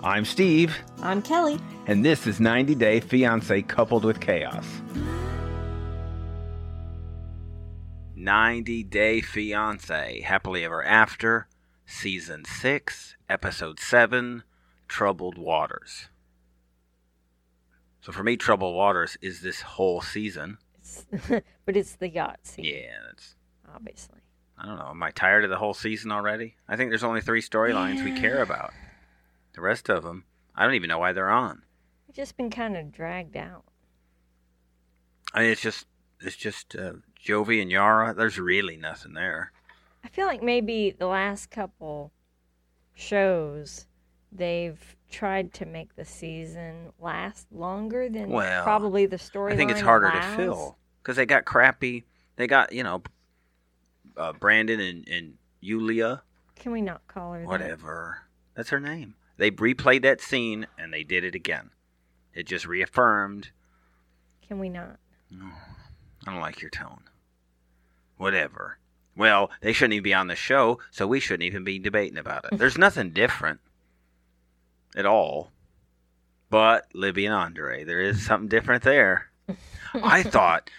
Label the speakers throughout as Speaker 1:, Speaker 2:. Speaker 1: I'm Steve,
Speaker 2: I'm Kelly.
Speaker 1: and this is 90 Day Fiance Coupled with Chaos. 90 Day Fiance Happily Ever After, Season 6, Episode 7 Troubled Waters. So, for me, Troubled Waters is this whole season.
Speaker 2: It's, but it's the yacht scene,
Speaker 1: Yeah, that's.
Speaker 2: obviously.
Speaker 1: I don't know. Am I tired of the whole season already? I think there's only three storylines we care about. The rest of them, I don't even know why they're on.
Speaker 2: I've just been kind of dragged out.
Speaker 1: I mean, it's just it's just uh, Jovi and Yara. There's really nothing there.
Speaker 2: I feel like maybe the last couple shows they've tried to make the season last longer than
Speaker 1: Well,
Speaker 2: probably the story.
Speaker 1: I think it's harder to fill because they got crappy. They got you know, uh, Brandon and and Yulia,
Speaker 2: Can we not call her that?
Speaker 1: whatever. That's her name. They replayed that scene and they did it again. It just reaffirmed.
Speaker 2: Can we not?
Speaker 1: I don't like your tone. Whatever. Well, they shouldn't even be on the show, so we shouldn't even be debating about it. There's nothing different at all. But Libby and Andre, there is something different there. I thought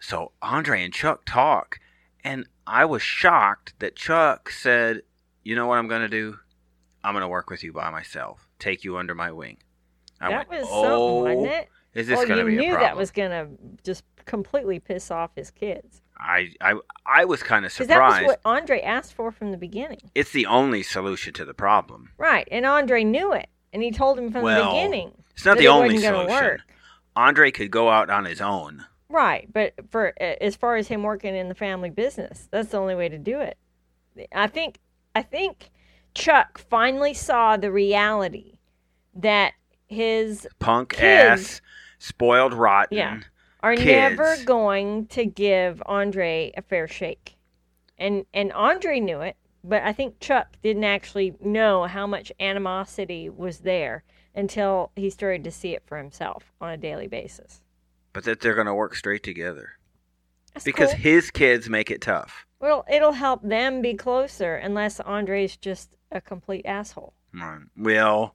Speaker 1: so. Andre and Chuck talk, and I was shocked that Chuck said, "You know what I'm going to do? I'm going to work with you by myself. Take you under my wing." I
Speaker 2: that
Speaker 1: went,
Speaker 2: was
Speaker 1: "Oh,
Speaker 2: something, wasn't it?
Speaker 1: Is this
Speaker 2: well,
Speaker 1: going to
Speaker 2: you
Speaker 1: be a
Speaker 2: knew
Speaker 1: problem?
Speaker 2: that was gonna just completely piss off his kids
Speaker 1: I I I was kind of
Speaker 2: because that was
Speaker 1: surprised.
Speaker 2: what Andre asked for from the beginning,
Speaker 1: It's the only solution to the problem.
Speaker 2: right? And Andre knew it, and he told him from
Speaker 1: Well,
Speaker 2: the beginning.
Speaker 1: It's not
Speaker 2: that
Speaker 1: the
Speaker 2: it
Speaker 1: only
Speaker 2: wasn't gonna
Speaker 1: solution.
Speaker 2: work.
Speaker 1: Andre could go out on his own.
Speaker 2: Right, but for as far as him working in the family business, that's the only way to do it. I think I think Chuck finally saw the reality that his
Speaker 1: Punk
Speaker 2: Kids.
Speaker 1: ass, spoiled rotten.
Speaker 2: Yeah. are
Speaker 1: Kids.
Speaker 2: never going to give Andre a fair shake. And and Andre knew it, but I think Chuck didn't actually know how much animosity was there until he started to see it for himself on a daily basis.
Speaker 1: But that they're going to work straight together
Speaker 2: That's
Speaker 1: because
Speaker 2: cool.
Speaker 1: his kids make it tough.
Speaker 2: Well, it'll help them be closer unless Andre's just a complete asshole.
Speaker 1: Right. Well,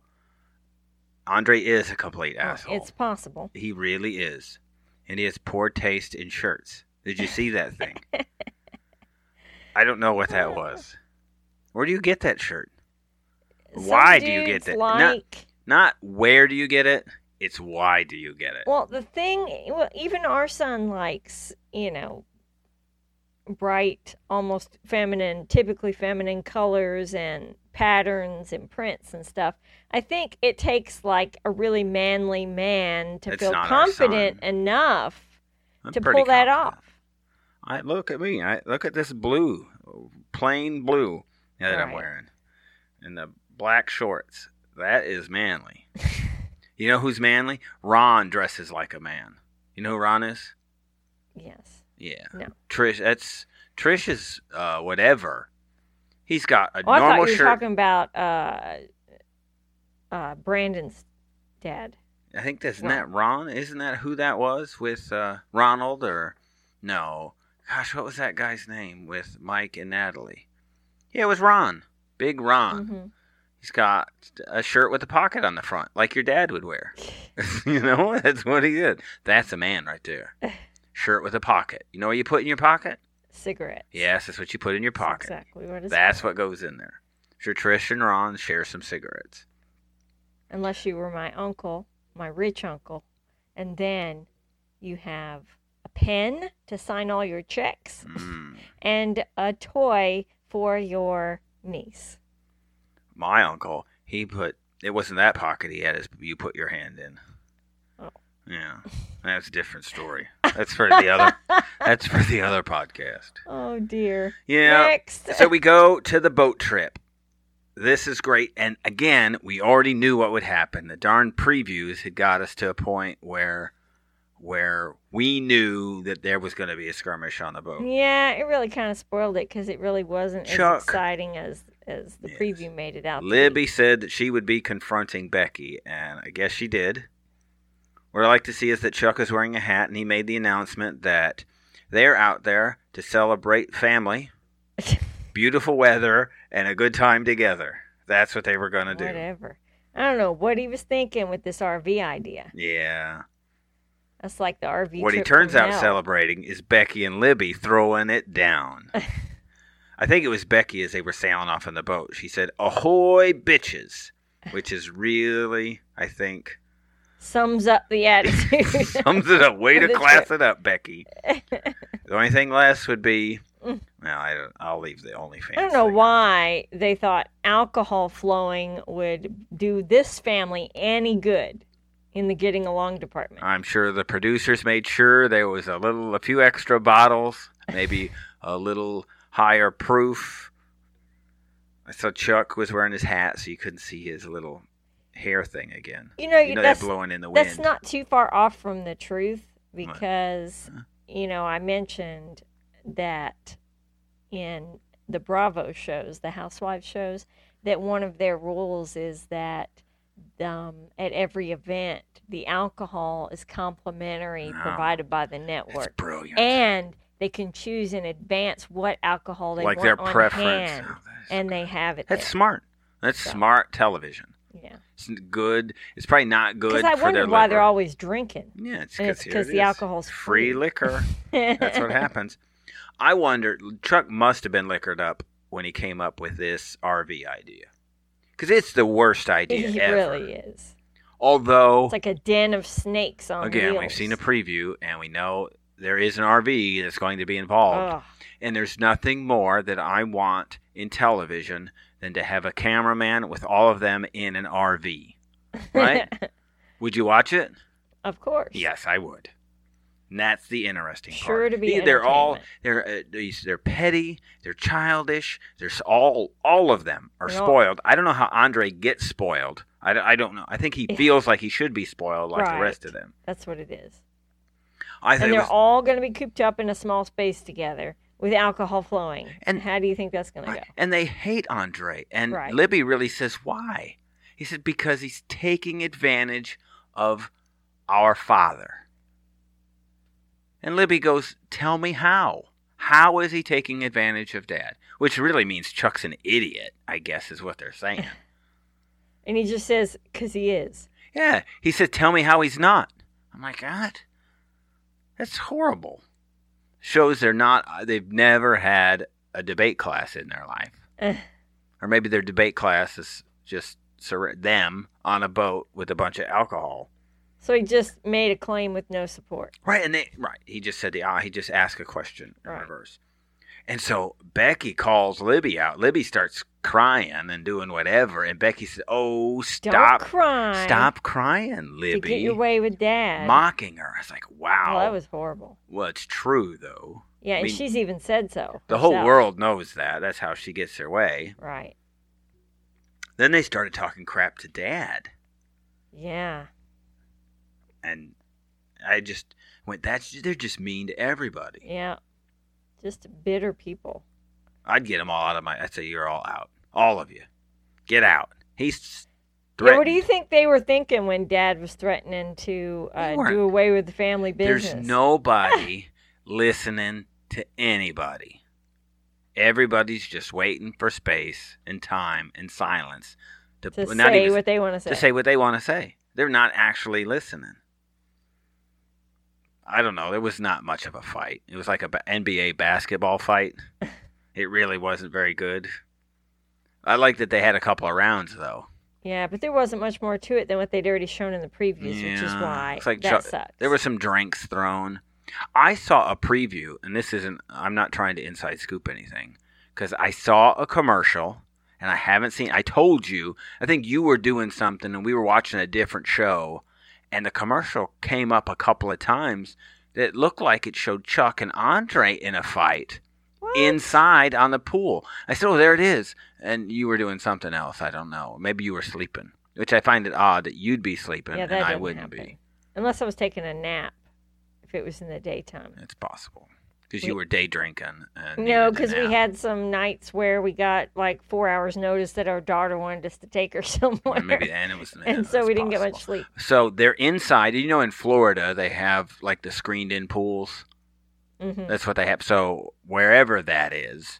Speaker 1: Andre is a complete
Speaker 2: Uh,
Speaker 1: asshole.
Speaker 2: It's possible.
Speaker 1: He really is, and he has poor taste in shirts. Did you see that thing? I don't know what that was. Where do you get that shirt? Why do you get
Speaker 2: dudes
Speaker 1: that? Not-
Speaker 2: Like,
Speaker 1: Not where do you get it? It's why do you get it?
Speaker 2: well, the thing, eh, well, even our son likes, you know, bright, almost feminine, typically feminine colors and patterns and prints and stuff. I think it takes like a really manly man to
Speaker 1: It's
Speaker 2: feel
Speaker 1: not our
Speaker 2: confident
Speaker 1: son.
Speaker 2: enough
Speaker 1: I'm
Speaker 2: to
Speaker 1: pretty
Speaker 2: pull that
Speaker 1: confident.
Speaker 2: off.
Speaker 1: I look at me. I look at this blue, plain blue that I'm
Speaker 2: Right.
Speaker 1: wearing, and the black shorts. That is manly. you know who's manly? Ron dresses like a man. You know who Ron is?
Speaker 2: Yes.
Speaker 1: Yeah.
Speaker 2: No.
Speaker 1: Trish. That's Trish is uh, whatever. He's got a
Speaker 2: Oh, I
Speaker 1: normal
Speaker 2: thought you were
Speaker 1: shirt.
Speaker 2: talking about uh, uh, Brandon's dad.
Speaker 1: I think that's isn't
Speaker 2: Ron.
Speaker 1: that Ron. Isn't that who that was with uh, Ronald or no? Gosh, what was that guy's name with Mike and Natalie? Yeah, it was Ron. Big Ron.
Speaker 2: Mhm.
Speaker 1: He's got a shirt with a pocket on the front, like your dad would wear. you know, that's what he did. That's a man right there. Shirt with a pocket. You know what you put in your pocket?
Speaker 2: Cigarettes.
Speaker 1: Yes, that's what you put in your
Speaker 2: That's
Speaker 1: pocket.
Speaker 2: Exactly what it's
Speaker 1: That's what goes in there. Sure, Trish and Ron share some cigarettes.
Speaker 2: Unless you were my uncle, my rich uncle, and then you have a pen to sign all your checks
Speaker 1: Mm.
Speaker 2: and a toy for your niece.
Speaker 1: My uncle, he put it wasn't that pocket he had. His you put your hand in.
Speaker 2: Oh.
Speaker 1: Yeah, that's a different story. That's for the other. that's for the other podcast.
Speaker 2: Oh dear.
Speaker 1: Yeah.
Speaker 2: Next.
Speaker 1: so we go to the boat trip. This is great. And again, we already knew what would happen. The darn previews had got us to a point where where we knew that there was going to be a skirmish on the boat.
Speaker 2: yeah, it really kind of spoiled it because it really wasn't
Speaker 1: Oh. Chuck.
Speaker 2: as exciting as as the
Speaker 1: Yes.
Speaker 2: preview made it out. to be.
Speaker 1: Libby said that she would be confronting Becky, and I guess she did. What I like to see is that Chuck is wearing a hat, and he made the announcement that they're out there to celebrate family, beautiful weather, and a good time together. That's what they were going to do.
Speaker 2: Whatever. I don't know what he was thinking with this RV idea.
Speaker 1: Yeah.
Speaker 2: That's like the RV.
Speaker 1: What he
Speaker 2: trip
Speaker 1: turns
Speaker 2: from
Speaker 1: out
Speaker 2: hell.
Speaker 1: celebrating is Becky and Libby throwing it down. I think it was Becky as they were sailing off in the boat. She said, Ahoy, bitches! Which is really, I think,
Speaker 2: sums up the attitude.
Speaker 1: sums it up. Way
Speaker 2: For
Speaker 1: to
Speaker 2: the
Speaker 1: class it up, Becky. The only thing less would be, well, I don't, I'll leave the OnlyFans.
Speaker 2: I don't know
Speaker 1: thing.
Speaker 2: why they thought alcohol flowing would do this family any good in the getting along department.
Speaker 1: I'm sure the producers made sure there was a little, a few extra bottles, maybe a little higher proof. I saw Chuck was wearing his hat, so you couldn't see his little hair thing again.
Speaker 2: you know,
Speaker 1: You know, they're
Speaker 2: that's
Speaker 1: blowing in the wind.
Speaker 2: that's not too far off from the truth because
Speaker 1: Uh-huh.
Speaker 2: you know I mentioned that in the Bravo shows, the Housewives shows, that one of their rules is that um, at every event the alcohol is complimentary
Speaker 1: Wow.
Speaker 2: provided by the
Speaker 1: It's
Speaker 2: network.
Speaker 1: brilliant.
Speaker 2: and they can choose in advance what alcohol they
Speaker 1: like
Speaker 2: want
Speaker 1: their
Speaker 2: on
Speaker 1: preference.
Speaker 2: hand,
Speaker 1: Oh, that's-
Speaker 2: and they have it.
Speaker 1: that's smart. That's
Speaker 2: So.
Speaker 1: smart television.
Speaker 2: there. Yeah,
Speaker 1: It's good. It's probably not good
Speaker 2: because I
Speaker 1: for
Speaker 2: wonder
Speaker 1: their
Speaker 2: why they're
Speaker 1: liver.
Speaker 2: always drinking.
Speaker 1: Yeah, it's
Speaker 2: and it's
Speaker 1: here
Speaker 2: 'cause
Speaker 1: it
Speaker 2: the
Speaker 1: is.
Speaker 2: alcohol's
Speaker 1: free
Speaker 2: free.
Speaker 1: liquor. That's what happens. I wonder. Chuck must have been liquored up when he came up with this RV idea, because it's the worst idea
Speaker 2: It
Speaker 1: ever.
Speaker 2: really is.
Speaker 1: Although,
Speaker 2: It's like a den of snakes on
Speaker 1: again,
Speaker 2: wheels.
Speaker 1: we've seen a preview and we know there is an RV that's going to be involved,
Speaker 2: Ugh.
Speaker 1: and there's nothing more that I want in television than to have a cameraman with all of them in an RV. Right? would you watch it?
Speaker 2: of course.
Speaker 1: Yes, I would. And that's the interesting part.
Speaker 2: Sure to be
Speaker 1: They- They're all
Speaker 2: entertainment.
Speaker 1: they're uh, these- they're petty, they're childish. There's all all of them are
Speaker 2: They're all-
Speaker 1: spoiled. I don't know how Andre gets spoiled. I, don't- I don't know. I think he
Speaker 2: Yeah.
Speaker 1: feels like he should be spoiled like the
Speaker 2: Right.
Speaker 1: rest of them.
Speaker 2: That's what it is.
Speaker 1: I think
Speaker 2: And
Speaker 1: it
Speaker 2: they're
Speaker 1: was-
Speaker 2: all going to be cooped up in a small space together with alcohol flowing.
Speaker 1: And-
Speaker 2: And how do you think that's going to go?
Speaker 1: and they hate Andre. And
Speaker 2: Right.
Speaker 1: Libby really says why. He said because he's taking advantage of our father. And Libby goes, "Tell me how. How is he taking advantage of dad?" Which really means Chuck's an idiot, I guess is what they're saying.
Speaker 2: And he just says, because he is.
Speaker 1: Yeah. He said, Tell me how he's not. I'm like, God, that's horrible. Shows they're not, uh, they've never had a debate class in their life. or maybe their debate class is just sur- them on a boat with a bunch of alcohol.
Speaker 2: So he just made a claim with no support.
Speaker 1: Right. And they, right. He just said the, ah, he just asked a question in
Speaker 2: Right.
Speaker 1: reverse. And so Becky calls Libby out. Libby starts crying and doing whatever. And Becky says, Oh,
Speaker 2: Don't
Speaker 1: stop.
Speaker 2: cry.
Speaker 1: Stop crying, Libby
Speaker 2: To get your way with dad.
Speaker 1: mocking her. I was like, wow.
Speaker 2: Well, that was horrible.
Speaker 1: well, it's true, though.
Speaker 2: Yeah,
Speaker 1: I
Speaker 2: and
Speaker 1: mean,
Speaker 2: she's even said so.
Speaker 1: The whole
Speaker 2: herself.
Speaker 1: world knows that. That's how she gets her way.
Speaker 2: Right.
Speaker 1: Then they started talking crap to dad.
Speaker 2: Yeah.
Speaker 1: And I just went, that's, they're just mean to everybody.
Speaker 2: Yeah. Just bitter people.
Speaker 1: I'd get them all out of my, I'd say, you're all out. All of you. Get out. He's
Speaker 2: Yeah,
Speaker 1: threatened.
Speaker 2: what do you think they were thinking when Dad was threatening to
Speaker 1: They
Speaker 2: uh,
Speaker 1: weren't.
Speaker 2: do away with the family business?
Speaker 1: There's nobody listening to anybody. Everybody's just waiting for space and time and silence to,
Speaker 2: to
Speaker 1: not
Speaker 2: say
Speaker 1: even
Speaker 2: what they want to say.
Speaker 1: to say what they want to say. They're not actually listening. I don't know. There was not much of a fight. It was like a ba- NBA basketball fight. it really wasn't very good. I like that they had a couple of rounds though.
Speaker 2: Yeah, but there wasn't much more to it than what they'd already shown in the previews, which is
Speaker 1: Yeah.
Speaker 2: why
Speaker 1: It's like
Speaker 2: that
Speaker 1: Chuck-
Speaker 2: sucks.
Speaker 1: There were some drinks thrown. I saw a preview, and this isn't. I'm not trying to inside scoop anything because I saw a commercial, and I haven't seen. I told you. I think you were doing something, and we were watching a different show, and the commercial came up a couple of times. That looked like it showed Chuck and Andre in a fight
Speaker 2: What?
Speaker 1: inside on the pool. I said, "Oh, there it is," and you were doing something else. I don't know. Maybe you were sleeping, which I find it odd that you'd be sleeping
Speaker 2: yeah, that
Speaker 1: and I
Speaker 2: didn't
Speaker 1: wouldn't
Speaker 2: happen.
Speaker 1: be.
Speaker 2: Unless I was taking a nap, if it was in the daytime.
Speaker 1: It's possible because
Speaker 2: We-
Speaker 1: you were day drinking. And
Speaker 2: No,
Speaker 1: because
Speaker 2: because we had some nights where we got like four hours notice that our daughter wanted us to take her somewhere,
Speaker 1: maybe and it was
Speaker 2: and so we didn't get much sleep.
Speaker 1: So they're inside. You know, in Florida, they have like the screened-in pools.
Speaker 2: hmm
Speaker 1: That's what they have. So wherever that is,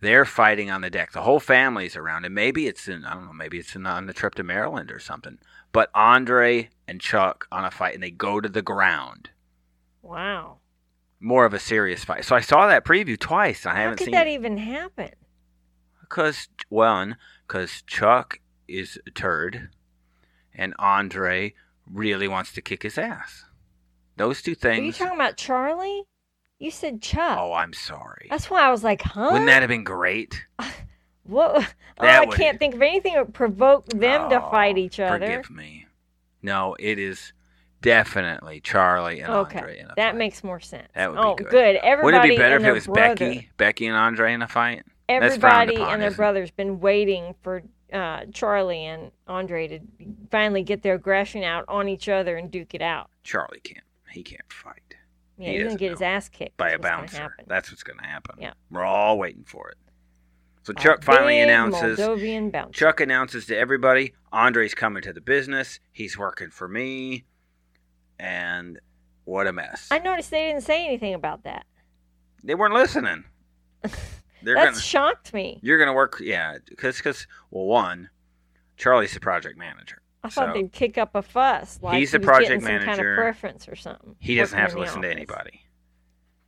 Speaker 1: They're fighting on the deck. The whole family's around, and maybe it's in I don't know, maybe it's in, on the trip to Maryland or something. But Andre and Chuck on a fight, and they go to the ground.
Speaker 2: Wow.
Speaker 1: More of a serious fight. So I saw that preview twice. and I
Speaker 2: How
Speaker 1: haven't
Speaker 2: could
Speaker 1: seen
Speaker 2: that
Speaker 1: it
Speaker 2: even happen?
Speaker 1: because one, because Chuck is a turd, and Andre really wants to kick his ass. Those two
Speaker 2: Are you
Speaker 1: things.
Speaker 2: talking about Charlie? You said Chuck.
Speaker 1: oh, I'm sorry.
Speaker 2: That's why I was like, huh?
Speaker 1: Wouldn't that have been great?
Speaker 2: What? Oh,
Speaker 1: That
Speaker 2: I
Speaker 1: would-
Speaker 2: can't think of anything that provoked them to
Speaker 1: Oh,
Speaker 2: fight each other.
Speaker 1: Forgive me. No, it is definitely Charlie and Andre.
Speaker 2: Okay,
Speaker 1: In a
Speaker 2: that
Speaker 1: fight.
Speaker 2: makes more sense.
Speaker 1: That would be
Speaker 2: oh,
Speaker 1: good.
Speaker 2: Everybody
Speaker 1: Wouldn't it be better
Speaker 2: and
Speaker 1: if it
Speaker 2: their
Speaker 1: was
Speaker 2: brother,
Speaker 1: Becky, Becky and Andre in a fight? That's frowned
Speaker 2: Everybody
Speaker 1: upon,
Speaker 2: and their
Speaker 1: isn't it?
Speaker 2: brother's been waiting for uh, Charlie and Andre to finally get their aggression out on each other and duke it out.
Speaker 1: Charlie can't. He can't fight
Speaker 2: Yeah,
Speaker 1: He
Speaker 2: he's gonna
Speaker 1: doesn't
Speaker 2: get his
Speaker 1: know.
Speaker 2: ass kicked.
Speaker 1: by
Speaker 2: is
Speaker 1: a
Speaker 2: what's gonna
Speaker 1: bouncer.
Speaker 2: happen.
Speaker 1: That's what's going to happen.
Speaker 2: Yeah.
Speaker 1: We're all waiting for it. So
Speaker 2: A
Speaker 1: Chuck finally
Speaker 2: big
Speaker 1: announces.
Speaker 2: Moldovan bouncer.
Speaker 1: Chuck announces to everybody, Andre's coming to the business. He's working for me. And what a mess.
Speaker 2: I noticed they didn't say anything about that.
Speaker 1: They weren't listening. They're
Speaker 2: That
Speaker 1: gonna,
Speaker 2: shocked me.
Speaker 1: You're gonna work, yeah, because because well, one, Charlie's the project manager.
Speaker 2: I thought
Speaker 1: So-
Speaker 2: they'd kick up a fuss. Like
Speaker 1: He's
Speaker 2: he
Speaker 1: the
Speaker 2: was
Speaker 1: project
Speaker 2: getting Some kind
Speaker 1: manager.
Speaker 2: of preference or something.
Speaker 1: He doesn't
Speaker 2: working
Speaker 1: have to
Speaker 2: in the
Speaker 1: listen to
Speaker 2: office.
Speaker 1: anybody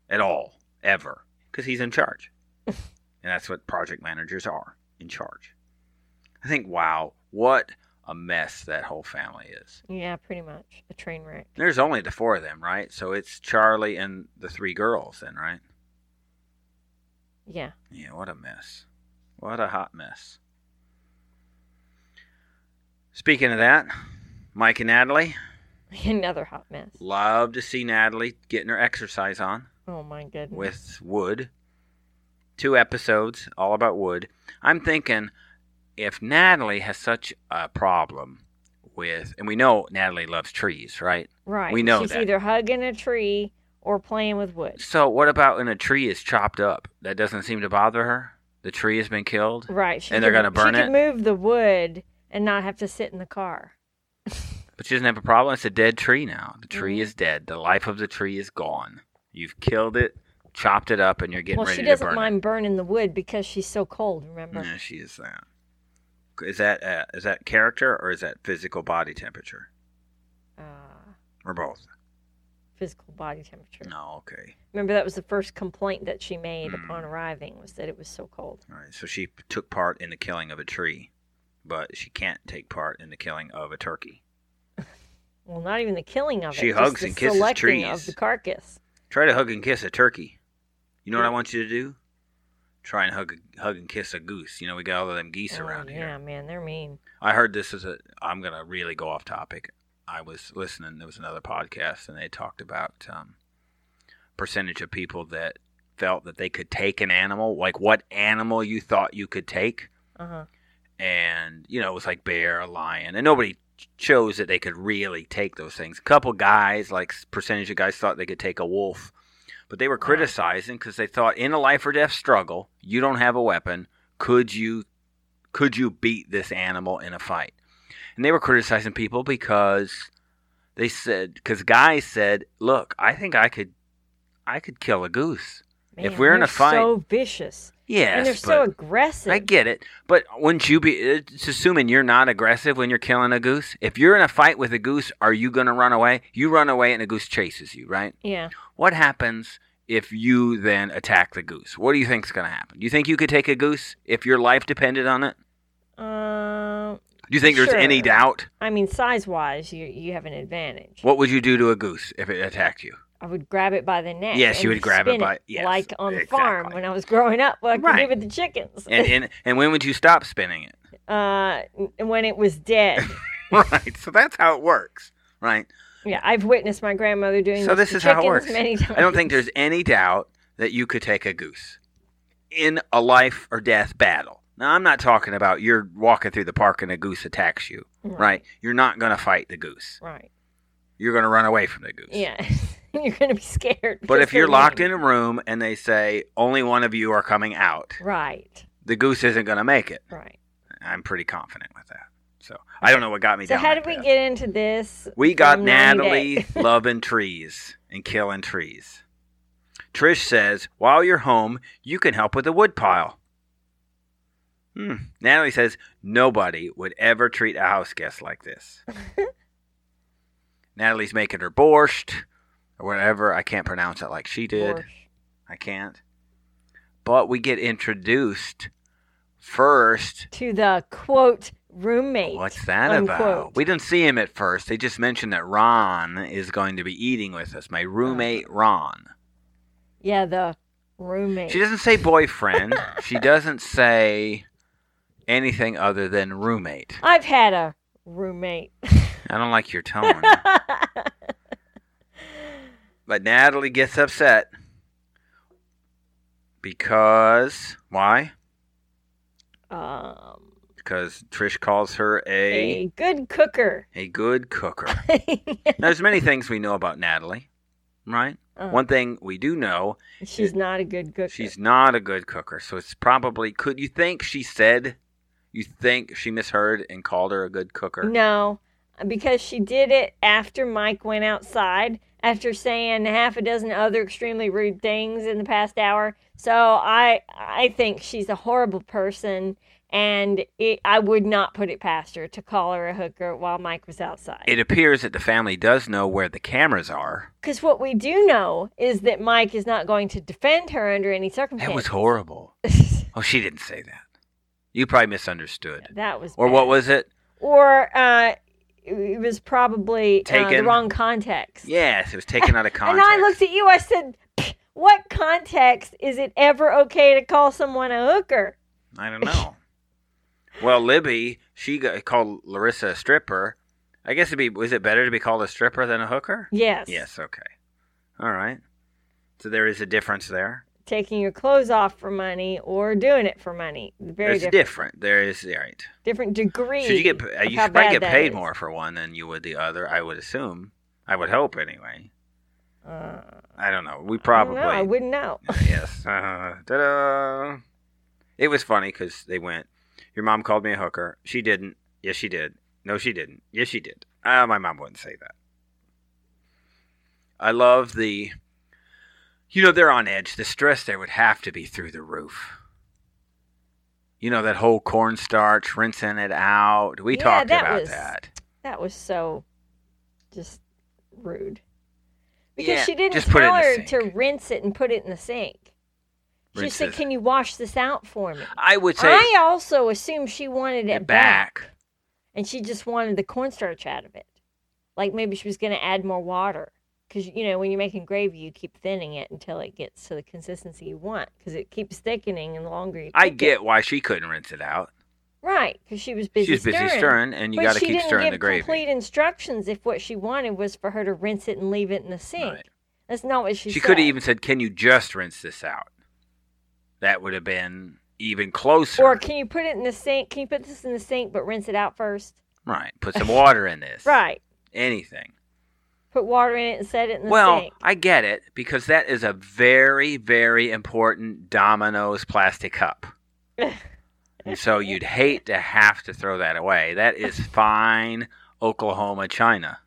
Speaker 1: at all ever because he's in charge, and that's what project managers are in charge. I think, wow, what a mess that whole family is.
Speaker 2: Yeah, pretty much a train wreck.
Speaker 1: There's only the four of them, right? So it's Charlie and the three girls, then, right?
Speaker 2: Yeah.
Speaker 1: Yeah, what a mess. What a hot mess. Speaking of that, Mike and Natalie.
Speaker 2: Another hot mess.
Speaker 1: Love to see Natalie getting her exercise on
Speaker 2: Oh my goodness.
Speaker 1: with wood. Two episodes all about wood. I'm thinking if Natalie has such a problem with, and we know Natalie loves trees, right?
Speaker 2: right.
Speaker 1: we know
Speaker 2: she's
Speaker 1: that.
Speaker 2: either hugging a tree or playing with wood.
Speaker 1: So what about when a tree is chopped up? That doesn't seem to bother her. The tree has been killed.
Speaker 2: Right. She
Speaker 1: And they're
Speaker 2: could-
Speaker 1: gonna burn
Speaker 2: she
Speaker 1: it?
Speaker 2: Could move the wood and not have to sit in the car.
Speaker 1: But she doesn't have a problem. It's a dead tree now. The tree
Speaker 2: Mhm.
Speaker 1: is dead. The life of the tree is gone. You've killed it, chopped it up, and you're getting
Speaker 2: well,
Speaker 1: ready
Speaker 2: she
Speaker 1: to
Speaker 2: doesn't
Speaker 1: burn
Speaker 2: mind burning the wood because she's so cold. Remember?
Speaker 1: it. Yeah, she is that. Is that uh, is that character or is that physical body temperature
Speaker 2: Uh,
Speaker 1: or both?
Speaker 2: physical body temperature.
Speaker 1: No, okay.
Speaker 2: Remember that was the first complaint that she made
Speaker 1: Mm.
Speaker 2: upon arriving was that it was so cold.
Speaker 1: All right. So she took part in the killing of a tree, but she can't take part in the killing of a turkey.
Speaker 2: Well, not even the killing of it.
Speaker 1: She
Speaker 2: just
Speaker 1: hugs
Speaker 2: the
Speaker 1: and kisses
Speaker 2: selecting
Speaker 1: trees.
Speaker 2: of the carcass.
Speaker 1: Try to hug and kiss a turkey. You know what I want you to do? Try and hug hug and kiss a goose. You know we got all of them geese
Speaker 2: Oh,
Speaker 1: around
Speaker 2: yeah,
Speaker 1: here.
Speaker 2: man, they're mean.
Speaker 1: I heard this is a. I'm gonna really go off topic. I was listening. There was another podcast, and they talked about um, percentage of people that felt that they could take an animal, like what animal you thought you could take,
Speaker 2: Uh huh.
Speaker 1: and you know it was like bear, a lion, and nobody ch- chose that they could really take those things. A couple guys, like s- percentage of guys, thought they could take a wolf, but they were
Speaker 2: Wow.
Speaker 1: criticizing because they thought in a life or death struggle, you don't have a weapon. Could you could you beat this animal in a fight? And they were criticizing people because they said because guys said, "Look, I think I could, I could kill a goose."
Speaker 2: Man,
Speaker 1: If we're in a
Speaker 2: they're
Speaker 1: fight-
Speaker 2: so vicious
Speaker 1: Yes,
Speaker 2: and they're
Speaker 1: but-
Speaker 2: so aggressive.
Speaker 1: I get it, but wouldn't you be? It's assuming you're not aggressive when you're killing a goose. If you're in a fight with a goose, are you going to run away? You run away, and a goose chases you, right?
Speaker 2: yeah,
Speaker 1: What happens if you then attack the goose? What do you think's going to happen? Do you think you could take a goose if your life depended on it?
Speaker 2: uh,
Speaker 1: Do you think there's any
Speaker 2: Sure.
Speaker 1: doubt?
Speaker 2: I mean, size-wise, you you have an advantage.
Speaker 1: What would you do to a goose if it attacked you?
Speaker 2: I would grab it by the neck.
Speaker 1: Yes, you
Speaker 2: and
Speaker 1: would grab it
Speaker 2: spin
Speaker 1: by- yes,
Speaker 2: like on the farm
Speaker 1: exactly.
Speaker 2: when I was growing up, like we
Speaker 1: Right.
Speaker 2: did with the chickens.
Speaker 1: And and, and when would you stop spinning it?
Speaker 2: uh, n- when it was dead.
Speaker 1: Right. So that's how it works. Right.
Speaker 2: yeah, I've witnessed my grandmother doing.
Speaker 1: So
Speaker 2: this
Speaker 1: this
Speaker 2: to
Speaker 1: is how it
Speaker 2: chickens
Speaker 1: works.
Speaker 2: Many times.
Speaker 1: I don't think there's any doubt that you could take a goose in a life or death battle. Now, I'm not talking about you're walking through the park and a goose attacks you, right? You're not going to fight the goose.
Speaker 2: Right.
Speaker 1: You're going to run away from the goose.
Speaker 2: Yeah, you're gonna be scared.
Speaker 1: But
Speaker 2: because
Speaker 1: if you're
Speaker 2: they're
Speaker 1: locked in
Speaker 2: mean.
Speaker 1: a room and they say only one of you are coming out,
Speaker 2: right,
Speaker 1: the goose isn't going to make it.
Speaker 2: right.
Speaker 1: I'm pretty confident with that. So I don't know what got me
Speaker 2: So
Speaker 1: down.
Speaker 2: how
Speaker 1: that
Speaker 2: did we
Speaker 1: path.
Speaker 2: get into this?
Speaker 1: We got
Speaker 2: from 90
Speaker 1: Natalie
Speaker 2: Day?
Speaker 1: loving trees and killing trees. Trish says, while you're home, you can help with the wood pile. Hmm. Natalie says nobody would ever treat a house guest like this. Natalie's making her borscht or whatever. I can't pronounce it like she did.
Speaker 2: Borscht.
Speaker 1: I can't. But we get introduced first.
Speaker 2: To the quote roommate.
Speaker 1: What's that
Speaker 2: unquote.
Speaker 1: about? We didn't see him at first. They just mentioned that Ron is going to be eating with us. My roommate,
Speaker 2: Uh-huh.
Speaker 1: Ron.
Speaker 2: yeah, the roommate.
Speaker 1: She doesn't say boyfriend. she doesn't say anything other than roommate.
Speaker 2: I've had a roommate.
Speaker 1: I don't like your tone. but Natalie gets upset because why?
Speaker 2: um,
Speaker 1: Because Trish calls her a
Speaker 2: a good cooker. Uh,
Speaker 1: a good cooker. Now, there's many things we know about Natalie, right?
Speaker 2: Uh,
Speaker 1: One thing we do know,
Speaker 2: she's not a good cooker.
Speaker 1: she's not a good cooker. So it's probably could you think she said you think she misheard and called her a good cooker?
Speaker 2: No, because she did it after Mike went outside after saying half a dozen other extremely rude things in the past hour. So I I think she's a horrible person, and it, I would not put it past her to call her a hooker while Mike was outside.
Speaker 1: It appears that the family does know where the cameras are.
Speaker 2: Because what we do know is that Mike is not going to defend her under any circumstances.
Speaker 1: That was horrible. Oh, she didn't say that. You probably misunderstood.
Speaker 2: that was
Speaker 1: Or
Speaker 2: bad.
Speaker 1: what was it?
Speaker 2: or uh, it was probably uh, the
Speaker 1: Taken.
Speaker 2: wrong context.
Speaker 1: Yes, it was taken out of
Speaker 2: And
Speaker 1: context.
Speaker 2: I looked at you. I said, "Pfft, "What context is it ever okay to call someone a hooker?"
Speaker 1: I don't know. well, Libby, she got, called Larissa a stripper. I guess it'd be was it better to be called a stripper than a hooker?
Speaker 2: Yes.
Speaker 1: Yes, okay. All right. So there is a difference there.
Speaker 2: Taking your clothes off for money or doing it for money. Very
Speaker 1: There's different.
Speaker 2: different,
Speaker 1: There is all right.
Speaker 2: different degree.
Speaker 1: Should you get uh,
Speaker 2: of
Speaker 1: you
Speaker 2: how
Speaker 1: should probably
Speaker 2: bad
Speaker 1: get
Speaker 2: that
Speaker 1: paid
Speaker 2: is.
Speaker 1: more for one than you would the other, I would assume. I would hope anyway.
Speaker 2: Uh, I don't know.
Speaker 1: I don't know. We probably
Speaker 2: I wouldn't know.
Speaker 1: Oh, yes. Uh, ta-da. It was funny because they went. Your mom called me a hooker. She didn't. Yes, she did. No, she didn't. Yes, she did. Uh, my mom wouldn't say that. I love the. You know they're on edge. The stress there would have to be through the roof. You know that whole cornstarch rinsing it out. We
Speaker 2: Yeah,
Speaker 1: talked
Speaker 2: that
Speaker 1: about
Speaker 2: was-
Speaker 1: that.
Speaker 2: That was so, just rude. Because
Speaker 1: Yeah,
Speaker 2: she didn't
Speaker 1: just
Speaker 2: tell
Speaker 1: put it in the
Speaker 2: her
Speaker 1: sink.
Speaker 2: to rinse it and put it in the sink. She
Speaker 1: Rinse
Speaker 2: said,
Speaker 1: it.
Speaker 2: "Can you wash this out for me?"
Speaker 1: I would say
Speaker 2: I also assumed she wanted it
Speaker 1: it
Speaker 2: back.
Speaker 1: back.
Speaker 2: and she just wanted the cornstarch out of it. Like maybe she was going to add more water because you know when you're making gravy, you keep thinning it until it gets to the consistency you want because it keeps thickening and the longer you.
Speaker 1: I
Speaker 2: cook it-
Speaker 1: get why she couldn't rinse it out.
Speaker 2: right because she was busy.
Speaker 1: She's busy stirring, and you
Speaker 2: but
Speaker 1: got to
Speaker 2: she
Speaker 1: keep
Speaker 2: didn't
Speaker 1: stirring
Speaker 2: give
Speaker 1: the gravy.
Speaker 2: complete instructions if what she wanted was for her to rinse it and leave it in the sink.
Speaker 1: Right.
Speaker 2: That's not what she.
Speaker 1: She
Speaker 2: said.
Speaker 1: could have even said, "Can you just rinse this out?" That would have been even closer.
Speaker 2: Or can you put it in the sink? Can you put this in the sink but rinse it out first?
Speaker 1: right. Put some water in this.
Speaker 2: Right.
Speaker 1: Anything.
Speaker 2: Put water in it and set it in the
Speaker 1: Well,
Speaker 2: sink.
Speaker 1: I get it because that is a very, very important Domino's plastic cup. and so you'd hate to have to throw that away. That is fine Oklahoma china.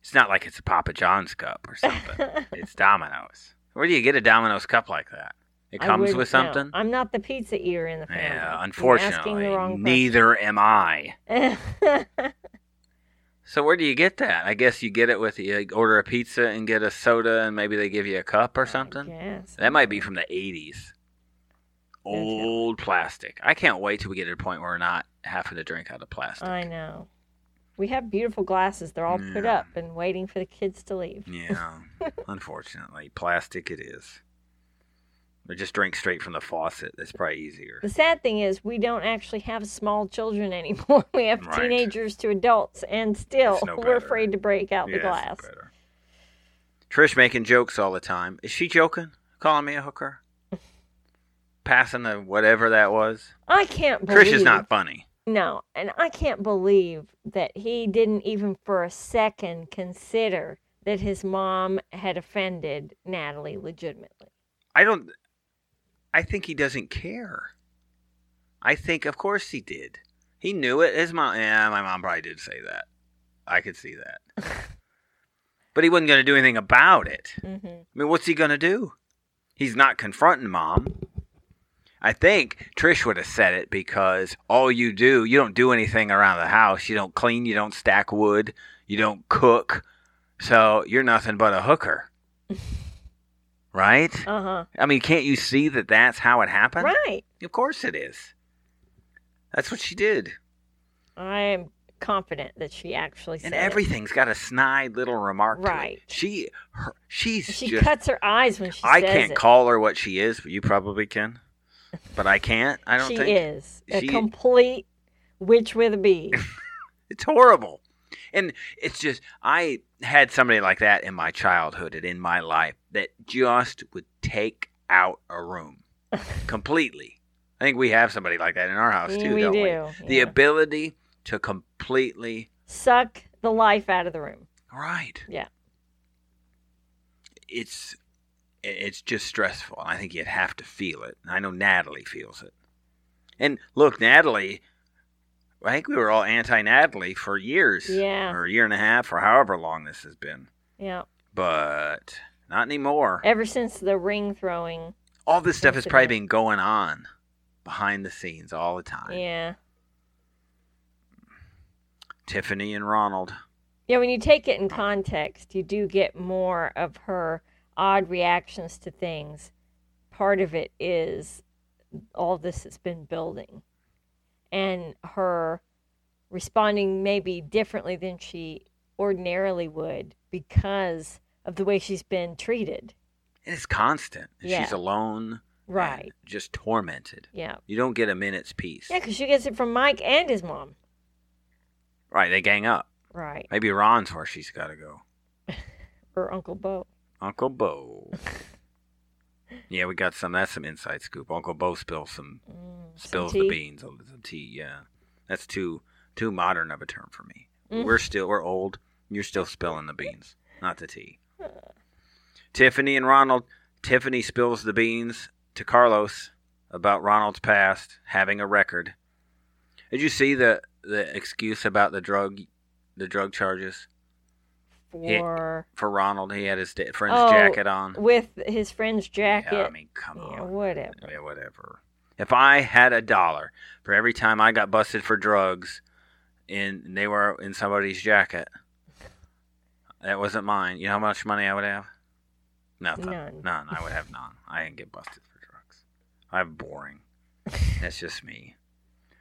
Speaker 1: It's not like it's a Papa John's cup or something. it's Domino's. Where do you get a Domino's cup like that? It
Speaker 2: I
Speaker 1: comes
Speaker 2: wouldn't
Speaker 1: with
Speaker 2: know.
Speaker 1: something?
Speaker 2: I'm not the pizza eater in the family.
Speaker 1: Yeah,
Speaker 2: You're asking the
Speaker 1: unfortunately,
Speaker 2: wrong
Speaker 1: neither am I.
Speaker 2: person.
Speaker 1: So where do you get that? I guess you get it with you order a pizza and get a soda, and maybe they give you a cup or something.
Speaker 2: Yes.
Speaker 1: That might be from the '80s, old plastic. I can't wait till we get to the point where we're not having to drink out of plastic.
Speaker 2: I know. We have beautiful glasses. They're all put
Speaker 1: Yeah.
Speaker 2: up and waiting for the kids to leave.
Speaker 1: Yeah, unfortunately, plastic it is. Or just drink straight from the faucet. That's probably easier.
Speaker 2: The sad thing is, we don't actually have small children anymore. We have
Speaker 1: Right.
Speaker 2: teenagers to adults, and still,
Speaker 1: It's no
Speaker 2: we're
Speaker 1: better.
Speaker 2: afraid to break out the
Speaker 1: Yeah, it's
Speaker 2: glass.
Speaker 1: better. Trish making jokes all the time. Is she joking? Calling me a hooker? Passing the whatever that was.
Speaker 2: I can't believe.
Speaker 1: Trish is not funny.
Speaker 2: No, and I can't believe that he didn't even for a second consider that his mom had offended Natalie legitimately.
Speaker 1: I don't. I think he doesn't care. I think, of course, he did. He knew it. His mom. Yeah, my mom probably did say that. I could see that. but he wasn't going to do anything about it.
Speaker 2: Mm-hmm.
Speaker 1: I mean, what's he going to do? He's not confronting mom. I think Trish would have said it because all you do, you don't do anything around the house. You don't clean, you don't stack wood, you don't cook. So you're nothing but a hooker. right?
Speaker 2: Uh huh.
Speaker 1: I mean, can't you see that that's how it happened?
Speaker 2: Right.
Speaker 1: Of course it is. That's what she did.
Speaker 2: I am confident that she actually said
Speaker 1: And
Speaker 2: it.
Speaker 1: everything's got a snide little remark. to it.
Speaker 2: Right.
Speaker 1: She her, she's
Speaker 2: She
Speaker 1: just
Speaker 2: cuts her eyes when she
Speaker 1: I
Speaker 2: says
Speaker 1: can't
Speaker 2: it.
Speaker 1: call her what she is, but you probably can. But I can't. I don't
Speaker 2: she
Speaker 1: think
Speaker 2: is a
Speaker 1: she-
Speaker 2: complete witch with a bee.
Speaker 1: It's horrible. And it's just, I had somebody like that in my childhood and in my life that just would take out a room completely. I think we have somebody like that in our house too,
Speaker 2: we
Speaker 1: don't
Speaker 2: do.
Speaker 1: we? The
Speaker 2: yeah.
Speaker 1: ability to completely,
Speaker 2: Suck the life out of the room.
Speaker 1: right.
Speaker 2: Yeah.
Speaker 1: It's, it's just stressful. I think you'd have to feel it. I know Natalie feels it. And look, Natalie, I think we were all anti Natalie for years
Speaker 2: Yeah.
Speaker 1: or a year and a half or however long this has been.
Speaker 2: Yeah.
Speaker 1: But not anymore.
Speaker 2: Ever since the ring throwing.
Speaker 1: All this stuff has
Speaker 2: Incident.
Speaker 1: probably been going on behind the scenes all the time.
Speaker 2: Yeah.
Speaker 1: Tiffany and Ronald.
Speaker 2: Yeah, when you take it in context, you do get more of her odd reactions to things. Part of it is all this has been building and her responding maybe differently than she ordinarily would because of the way she's been treated.
Speaker 1: And it's constant. And
Speaker 2: Yeah.
Speaker 1: She's alone. and
Speaker 2: Right.
Speaker 1: Just tormented.
Speaker 2: Yeah.
Speaker 1: You don't get a minute's peace.
Speaker 2: Yeah, because she gets it from Mike and his mom.
Speaker 1: Right. They gang up.
Speaker 2: Right.
Speaker 1: Maybe Ron's where she's got to go.
Speaker 2: Or Uncle Bo.
Speaker 1: Uncle Bo. yeah, we got some. That's some inside scoop. Uncle Bo spills some
Speaker 2: Mm, some
Speaker 1: spills
Speaker 2: tea.
Speaker 1: the beans on some tea. Yeah, that's too too modern of a term for me.
Speaker 2: Mm.
Speaker 1: We're still we're old. You're still spilling the beans, not the tea. Tiffany and Ronald. Tiffany spills the beans to Carlos about Ronald's past having a record. Did you see the the excuse about the drug the drug charges Yeah.
Speaker 2: For,
Speaker 1: for Ronald? He had his da- friend's
Speaker 2: Oh,
Speaker 1: jacket on.
Speaker 2: with his friend's jacket.
Speaker 1: Yeah, I mean, come
Speaker 2: yeah
Speaker 1: on.
Speaker 2: whatever.
Speaker 1: Yeah, whatever. If I had a dollar for every time I got busted for drugs and they were in somebody's jacket, that wasn't mine. You know how much money I would have? Nothing.
Speaker 2: None.
Speaker 1: None. I would have none. I didn't get busted for drugs. I'm boring. That's just me.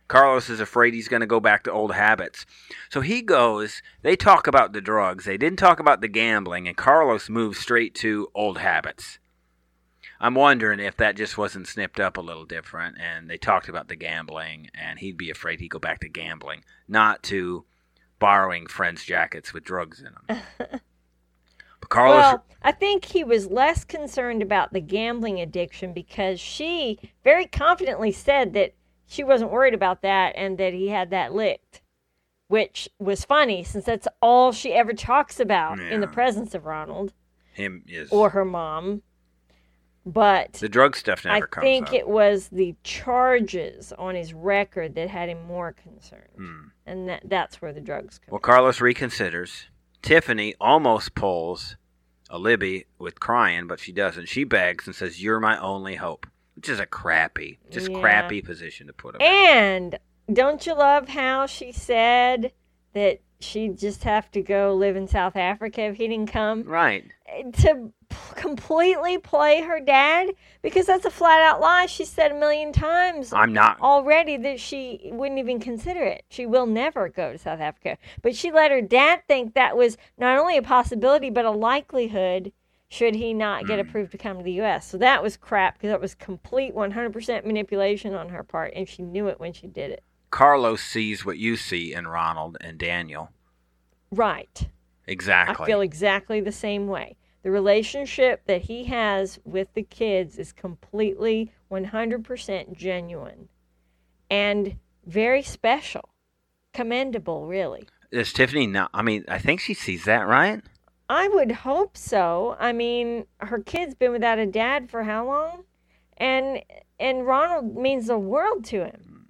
Speaker 1: Carlos is afraid he's going to go back to old habits. So he goes, they talk about the drugs. They didn't talk about the gambling, and Carlos moves straight to old habits. I'm wondering if that just wasn't snipped up a little different, and they talked about the gambling, and he'd be afraid he'd go back to gambling, not to borrowing friends' jackets with drugs in them. but Carlos,
Speaker 2: Well, I think he was less concerned about the gambling addiction because she very confidently said that she wasn't worried about that and that he had that licked, which was funny since that's all she ever talks about in the
Speaker 1: Yeah.
Speaker 2: presence of Ronald
Speaker 1: him is
Speaker 2: or her mom. But
Speaker 1: the drug stuff
Speaker 2: I
Speaker 1: never comes
Speaker 2: think
Speaker 1: up.
Speaker 2: it was the charges on his record that had him more concerned.
Speaker 1: Hmm.
Speaker 2: And that, that's where the drugs come
Speaker 1: Well, Carlos reconsiders. Tiffany almost pulls a Libby with crying, but she doesn't. She begs and says, "You're my only hope," which is a crappy, just
Speaker 2: Yeah.
Speaker 1: crappy position to put him. in.
Speaker 2: And don't you love how she said that she'd just have to go live in South Africa if he didn't come?
Speaker 1: Right?
Speaker 2: To p- completely play her dad? Because that's a flat out lie. She said a million times
Speaker 1: I'm not.
Speaker 2: already that she wouldn't even consider it. She will never go to South Africa. But she let her dad think that was not only a possibility, but a likelihood should he not get
Speaker 1: Mm.
Speaker 2: approved to come to the U.S. So that was crap because that was complete 100% manipulation on her part. And she knew it when she did it.
Speaker 1: Carlos sees what you see in Ronald and Daniel.
Speaker 2: Right.
Speaker 1: Exactly.
Speaker 2: I feel exactly the same way. The relationship that he has with the kids is completely 100% genuine and very special. Commendable, really.
Speaker 1: Does Tiffany not? I mean, I think she sees that, right?
Speaker 2: I would hope so. I mean, her kid's been without a dad for how long? And and Ronald means the world to him.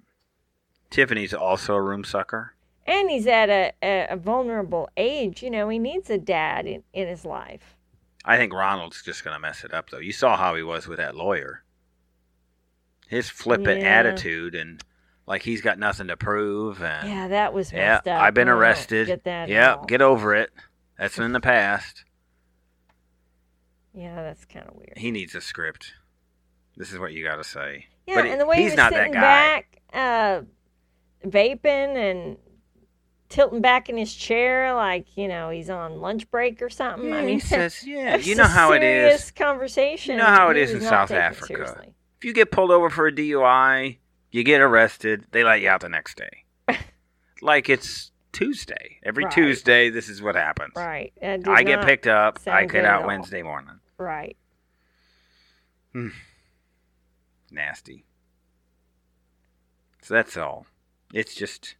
Speaker 1: Tiffany's also a room sucker.
Speaker 2: And he's at a, a, a vulnerable age, you know, he needs a dad in, in his life.
Speaker 1: I think Ronald's just going to mess it up, though. You saw how he was with that lawyer. his flippant
Speaker 2: Yeah.
Speaker 1: attitude and like he's got nothing to prove and
Speaker 2: Yeah, that was
Speaker 1: Yeah,
Speaker 2: messed up.
Speaker 1: I've been
Speaker 2: I don't
Speaker 1: arrested.
Speaker 2: Get that? at
Speaker 1: yeah,
Speaker 2: all.
Speaker 1: get over it. That's in the past.
Speaker 2: Yeah, that's kind of weird.
Speaker 1: He needs a script. This is what you got to say.
Speaker 2: Yeah,
Speaker 1: But
Speaker 2: and the way he
Speaker 1: he's
Speaker 2: was
Speaker 1: not that
Speaker 2: sitting
Speaker 1: guy.
Speaker 2: back, uh, vaping and tilting back in his chair, like you know he's on lunch break or something. Um, I
Speaker 1: Yeah,
Speaker 2: mean,
Speaker 1: he says, "Yeah,
Speaker 2: that's
Speaker 1: you
Speaker 2: a
Speaker 1: know how it
Speaker 2: serious
Speaker 1: is.
Speaker 2: Conversation.
Speaker 1: You know how it
Speaker 2: He
Speaker 1: is
Speaker 2: was
Speaker 1: in
Speaker 2: not
Speaker 1: South
Speaker 2: taking it
Speaker 1: Africa.
Speaker 2: seriously.
Speaker 1: If you get pulled over for a DUI, you get arrested. They let you out the next day. like it's Tuesday. Every
Speaker 2: Right.
Speaker 1: Tuesday, this is what happens.
Speaker 2: Right. That did
Speaker 1: I get
Speaker 2: not-
Speaker 1: picked up. I
Speaker 2: sound
Speaker 1: get
Speaker 2: good at
Speaker 1: out
Speaker 2: all.
Speaker 1: Wednesday morning.
Speaker 2: Right.
Speaker 1: Nasty. So that's all. It's just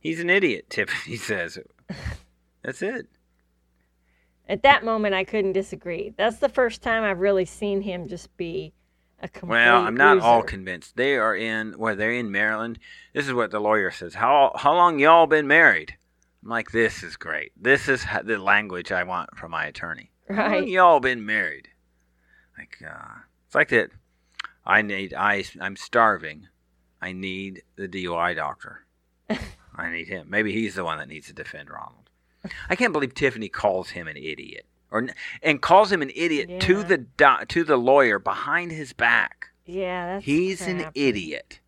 Speaker 1: he's an idiot. Tiffany says. That's it.
Speaker 2: At that moment, I couldn't disagree. That's the first time I've really seen him just be a complete.
Speaker 1: Well, I'm not all
Speaker 2: loser.
Speaker 1: convinced. They are in well, they're in Maryland. This is what the lawyer says. How how long y'all been married? I'm like, this is great. This is ho- the language I want from my attorney. How long
Speaker 2: right.
Speaker 1: y'all been married? Like, uh, it's like that. I need. I I'm starving. I need the DUI doctor. I need him. Maybe he's the one that needs to defend Ronald. I can't believe Tiffany calls him an idiot, or n- and calls him an idiot to
Speaker 2: Yeah.
Speaker 1: the do, to the lawyer behind his back.
Speaker 2: Yeah, that's
Speaker 1: He's an
Speaker 2: crap.
Speaker 1: idiot.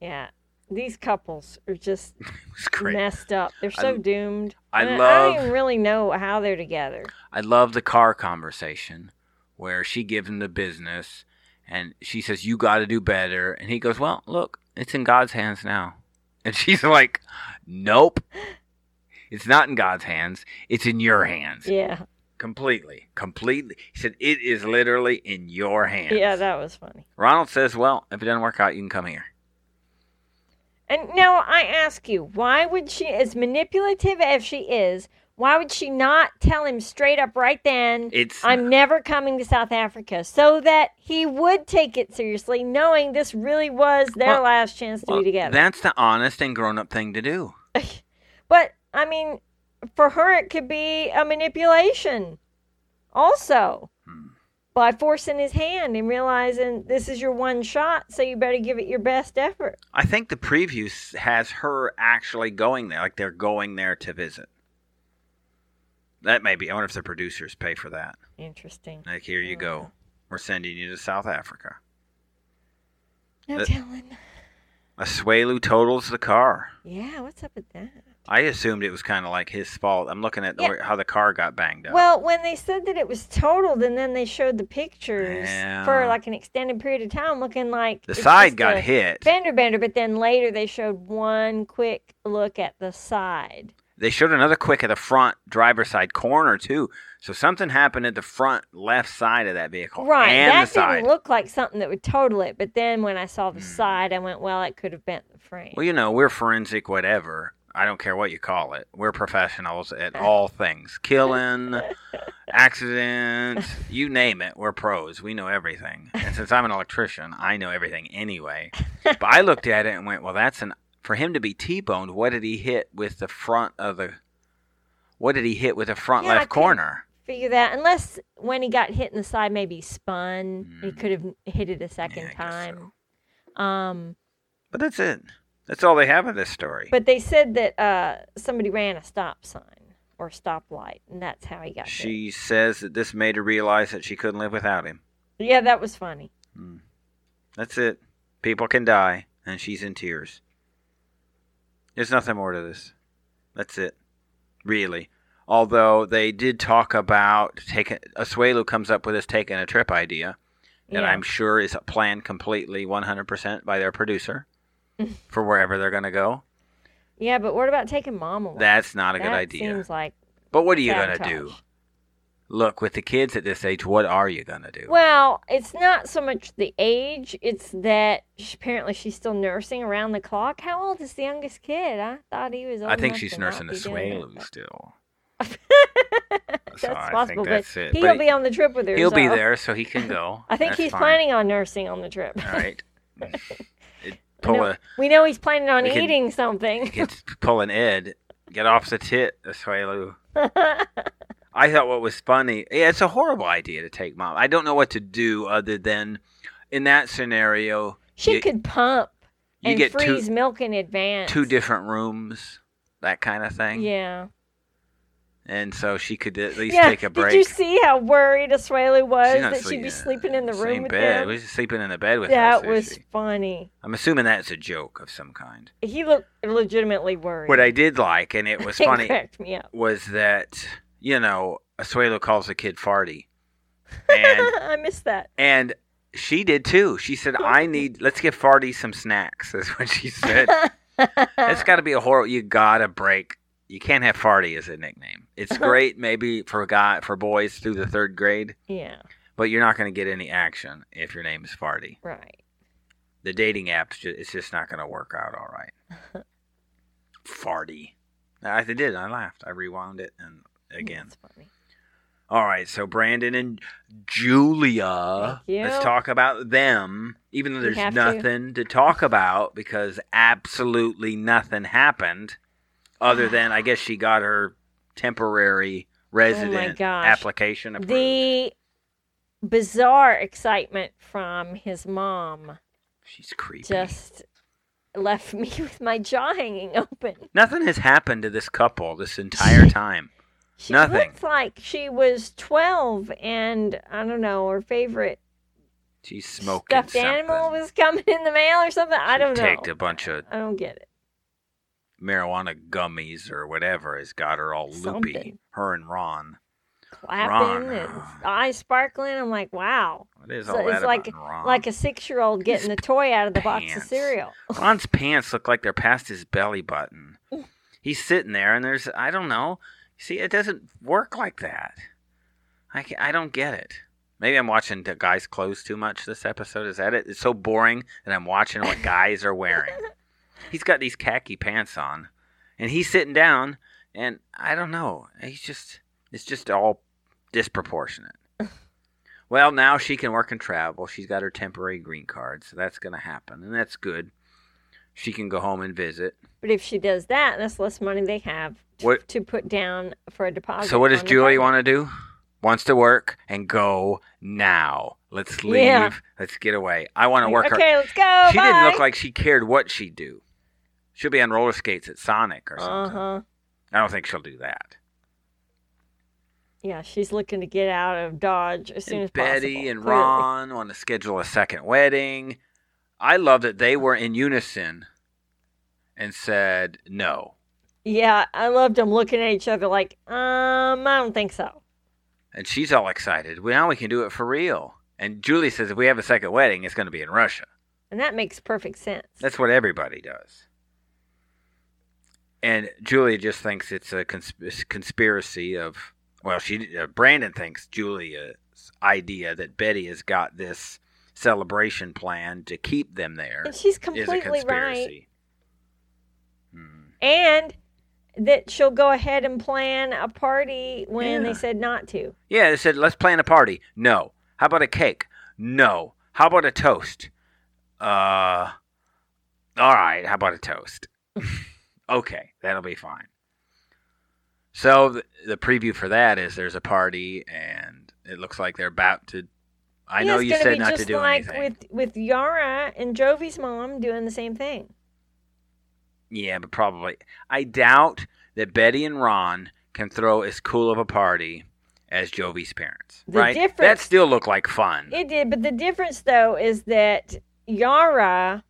Speaker 2: Yeah, these couples are just
Speaker 1: It's great.
Speaker 2: messed up. They're so
Speaker 1: I-
Speaker 2: doomed.
Speaker 1: I
Speaker 2: And I don't
Speaker 1: love
Speaker 2: even really know how they're together.
Speaker 1: I love the car conversation where she gives him the business and she says, You gotta do better and he goes, Well, look, it's in God's hands now. And she's like, Nope. It's not in God's hands. It's in your hands.
Speaker 2: Yeah,
Speaker 1: Completely. Completely. He said, It is literally in your hands.
Speaker 2: yeah, that was funny.
Speaker 1: Ronald says, Well, if it doesn't work out, you can come here.
Speaker 2: And now I ask you, why would she, as manipulative as she is, why would she not tell him straight up right then,
Speaker 1: It's
Speaker 2: I'm never coming to South Africa, so that he would take it seriously, knowing this really was their
Speaker 1: Well-
Speaker 2: last chance to
Speaker 1: well,
Speaker 2: be together?
Speaker 1: That's the honest and grown up thing to do.
Speaker 2: But I mean, for her, it could be a manipulation, also,
Speaker 1: Hmm.
Speaker 2: by forcing his hand and realizing this is your one shot, so you better give it your best effort.
Speaker 1: I think the preview s- has her actually going there, like they're going there to visit. That may be. I wonder if the producers pay for that.
Speaker 2: Interesting.
Speaker 1: Like, here you
Speaker 2: Mm.
Speaker 1: go. We're sending you to South Africa.
Speaker 2: No
Speaker 1: That-
Speaker 2: telling.
Speaker 1: Asuelu totals the car.
Speaker 2: Yeah, what's up with that?
Speaker 1: I assumed it was kind of like his fault. I'm looking at the
Speaker 2: Yeah.
Speaker 1: way, how the car got banged up.
Speaker 2: Well, when they said that it was totaled, and then they showed the pictures for
Speaker 1: Yeah.
Speaker 2: like an extended period of time, looking like
Speaker 1: the
Speaker 2: it's
Speaker 1: side
Speaker 2: just
Speaker 1: got
Speaker 2: a
Speaker 1: hit.
Speaker 2: Fender bender, but then later they showed one quick look at the side.
Speaker 1: They showed another quick at the front driver's side corner too. So something happened at the front left side of that vehicle
Speaker 2: Right.
Speaker 1: Oh, and the
Speaker 2: that
Speaker 1: side. Hmm.
Speaker 2: didn't look like something that would total it, but then when I saw the side, I went, well, it could have bent the frame.
Speaker 1: Well, you know, we're forensic, whatever. I don't care what you call it. We're professionals at all things killing, accidents, you name it. We're pros. We know everything. And since I'm an electrician, I know everything anyway. But I looked at it and went, well, that's an. For him to be T boned, what did he hit with the front of the. What did he hit with the front
Speaker 2: Yeah, I
Speaker 1: left
Speaker 2: couldn't-
Speaker 1: corner?
Speaker 2: Figure that, unless when he got hit in the side, maybe he spun. He
Speaker 1: Mm.
Speaker 2: could have hit it a second
Speaker 1: I guess
Speaker 2: time. Um,
Speaker 1: But that's it. That's all they have of this story.
Speaker 2: but they said that uh, somebody ran a stop sign or stoplight, and that's how he got hit.
Speaker 1: she says that this made her realize that she couldn't live without him.
Speaker 2: Yeah, that was funny.
Speaker 1: Mm. That's it. People can die, and she's in tears. There's nothing more to this. That's it. Really. Although they did talk about taking Asuelu comes up with this taking a trip idea that
Speaker 2: yeah.
Speaker 1: I'm sure is planned completely 100% by their producer for wherever they're going to go.
Speaker 2: yeah, but what about taking mom away?
Speaker 1: That's not a good
Speaker 2: That
Speaker 1: idea.
Speaker 2: Seems like
Speaker 1: but what are you going to
Speaker 2: sabotage.
Speaker 1: do? Look, with the kids at this age, what are you going to do?
Speaker 2: Well, it's not so much the age, it's that sh apparently she's still nursing around the clock. How old is the youngest kid? I thought he was old.
Speaker 1: I think
Speaker 2: enough
Speaker 1: she's
Speaker 2: to not
Speaker 1: nursing
Speaker 2: be doing that,
Speaker 1: Asuelu
Speaker 2: but-
Speaker 1: still.
Speaker 2: That's
Speaker 1: so I
Speaker 2: possible,
Speaker 1: think that's
Speaker 2: but
Speaker 1: it.
Speaker 2: he'll
Speaker 1: But-
Speaker 2: be on the trip with her.
Speaker 1: He'll be
Speaker 2: so
Speaker 1: there, so he can go.
Speaker 2: I think
Speaker 1: That's
Speaker 2: he's
Speaker 1: fine.
Speaker 2: planning on nursing on the trip.
Speaker 1: All right. It- pull a
Speaker 2: We know he's planning on
Speaker 1: We can-
Speaker 2: eating something.
Speaker 1: get, pull an Ed. Get off the tit, Asuelu. I thought what was funny. Yeah, it's a horrible idea to take mom. I don't know what to do other than in that scenario,
Speaker 2: She
Speaker 1: You-
Speaker 2: could pump
Speaker 1: you
Speaker 2: and
Speaker 1: get
Speaker 2: freeze
Speaker 1: two
Speaker 2: milk in advance.
Speaker 1: two different rooms, that kind of thing.
Speaker 2: Yeah.
Speaker 1: And so she could at least
Speaker 2: yeah.
Speaker 1: take a break.
Speaker 2: Did you see how worried Asuelu was
Speaker 1: She's not
Speaker 2: that she'd be
Speaker 1: sleep-
Speaker 2: sleeping in the
Speaker 1: same
Speaker 2: room with
Speaker 1: bed.
Speaker 2: him?
Speaker 1: We was just sleeping in the bed with
Speaker 2: That
Speaker 1: her,
Speaker 2: was
Speaker 1: Sushi.
Speaker 2: funny.
Speaker 1: I'm assuming that's a joke of some kind.
Speaker 2: He looked legitimately worried.
Speaker 1: What I did like, and it was
Speaker 2: It
Speaker 1: funny,
Speaker 2: cracked me up.
Speaker 1: was that you know Asuelo calls the kid farty, and
Speaker 2: I missed that.
Speaker 1: and she did too. She said, "I need let's get farty some snacks." Is what she said. That's got to be a horror. You gotta break. You can't have farty as a nickname. It's great maybe for guy for boys through the third grade,
Speaker 2: yeah.
Speaker 1: but you're not going to get any action if your name is farty.
Speaker 2: Right.
Speaker 1: the dating apps ju- it's just not going to work out all right farty i th- did i laughed i rewound it and again
Speaker 2: That's funny.
Speaker 1: all right so brandon and julia
Speaker 2: Thank you.
Speaker 1: let's talk about them even though
Speaker 2: We
Speaker 1: there's
Speaker 2: have to.
Speaker 1: nothing to. talk about because absolutely nothing happened other than i guess she got her temporary resident
Speaker 2: gosh.
Speaker 1: application approved.
Speaker 2: The bizarre excitement from his mom
Speaker 1: she's creepy
Speaker 2: just left me with my jaw hanging open.
Speaker 1: nothing has happened to this couple this entire time
Speaker 2: She
Speaker 1: Nothing.
Speaker 2: looked like she was 12 and I don't know, her favorite
Speaker 1: she's smoking
Speaker 2: stuffed
Speaker 1: something.
Speaker 2: animal was coming in the mail or something. I
Speaker 1: She
Speaker 2: don't know.
Speaker 1: ticked a bunch of
Speaker 2: I don't get it.
Speaker 1: marijuana gummies or whatever has got her all loopy.
Speaker 2: Something.
Speaker 1: Her and Ron. Wrong.
Speaker 2: Clapping and eyes sparkling. I'm like, wow.
Speaker 1: What is
Speaker 2: So
Speaker 1: all
Speaker 2: it's
Speaker 1: that
Speaker 2: like-
Speaker 1: about Ron?
Speaker 2: Like a six year old getting the toy out of the box of
Speaker 1: pants.
Speaker 2: cereal.
Speaker 1: Ron's pants look like they're past his belly button. He's sitting there, and there's I don't know. See, it doesn't work like that. I ca- I don't get it. Maybe I'm watching the guys' clothes too much this episode. Is that it? It's so boring that I'm watching what guys are wearing. He's got these khaki pants on, and he's sitting down, and I don't know. He's just it's just all disproportionate. Well, now she can work and travel. She's got her temporary green card, so that's going to happen, and that's good. She can go home and visit.
Speaker 2: But if she does that, that's less money they have to,
Speaker 1: What-
Speaker 2: to put down for a deposit.
Speaker 1: so, what does
Speaker 2: on the
Speaker 1: Julie
Speaker 2: budget.
Speaker 1: want to do? Wants to work and go now. Let's leave.
Speaker 2: Yeah.
Speaker 1: Let's get away. I want to work.
Speaker 2: Okay, let's go.
Speaker 1: her. She didn't look
Speaker 2: bye.
Speaker 1: like she cared what she'd do. She'll be on roller skates at Sonic or
Speaker 2: Uh
Speaker 1: something.
Speaker 2: huh.
Speaker 1: I don't think she'll do that.
Speaker 2: Yeah, she's looking to get out of Dodge as soon
Speaker 1: and
Speaker 2: as
Speaker 1: Betty
Speaker 2: possible.
Speaker 1: and
Speaker 2: clearly.
Speaker 1: Ron want to schedule a second wedding. I love that they were in unison and said no.
Speaker 2: Yeah, I loved them looking at each other like, um, I don't think so.
Speaker 1: And she's all excited. Well, now we can do it for real. And Julie says if we have a second wedding, it's going to be in Russia.
Speaker 2: And that makes perfect sense.
Speaker 1: That's what everybody does. And Julie just thinks it's a consp- conspiracy of well, she uh, Brandon thinks Julia's idea that Betty has got this celebration plan to keep them there
Speaker 2: and she's
Speaker 1: is a
Speaker 2: completely right.
Speaker 1: conspiracy. Hmm.
Speaker 2: And that she'll go ahead and plan a party when
Speaker 1: Yeah.
Speaker 2: they said not to.
Speaker 1: Yeah, they said let's plan a party. No. How about a cake? No. How about a toast? Uh All right, how about a toast? okay, that'll be fine. So th- the preview for that is there's a party and it looks like they're about to I
Speaker 2: Yeah,
Speaker 1: know
Speaker 2: it's
Speaker 1: you
Speaker 2: gonna
Speaker 1: said
Speaker 2: be
Speaker 1: not
Speaker 2: just
Speaker 1: to do
Speaker 2: like
Speaker 1: anything.
Speaker 2: with with Yara and Jovi's mom doing the same thing.
Speaker 1: Yeah, but probably. I doubt that Betty and Ron can throw as cool of a party as Jovi's parents.
Speaker 2: The
Speaker 1: right? That
Speaker 2: difference-
Speaker 1: still looked like fun.
Speaker 2: It did, but the difference though is that Yara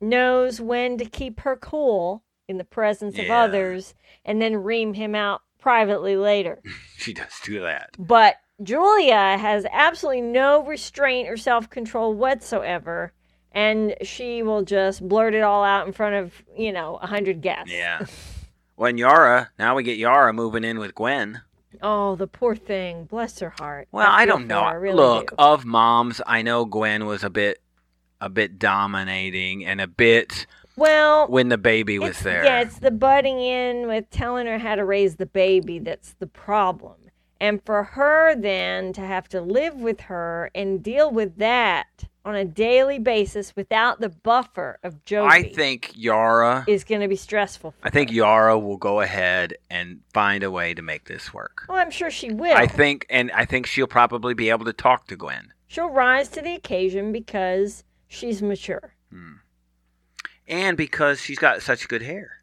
Speaker 2: knows when to keep her cool in the presence of
Speaker 1: Yeah.
Speaker 2: others and then ream him out privately later.
Speaker 1: she does do that.
Speaker 2: But Julia has absolutely no restraint or self control whatsoever. And she will just blurt it all out in front of, you know, a hundred guests.
Speaker 1: Yeah. When Yara, now we get Yara moving in with Gwen.
Speaker 2: Oh, the poor thing. Bless her heart.
Speaker 1: Well, I,
Speaker 2: feel
Speaker 1: don't
Speaker 2: for
Speaker 1: know.
Speaker 2: her, I really
Speaker 1: Look,
Speaker 2: do.
Speaker 1: of moms, I know Gwen was a bit a bit dominating and a bit
Speaker 2: Well,
Speaker 1: when the baby was
Speaker 2: it's,
Speaker 1: there.
Speaker 2: Yeah, it's the butting in with telling her how to raise the baby that's the problem. And for her then to have to live with her and deal with that on a daily basis without the buffer of Joby
Speaker 1: I think Yara.
Speaker 2: is going to be stressful. For
Speaker 1: I think
Speaker 2: her.
Speaker 1: Yara will go ahead and find a way to make this work.
Speaker 2: Oh, I'm sure she will.
Speaker 1: I think, and I think she'll probably be able to talk to Gwen.
Speaker 2: she'll rise to the occasion because she's mature.
Speaker 1: And because she's got such good hair.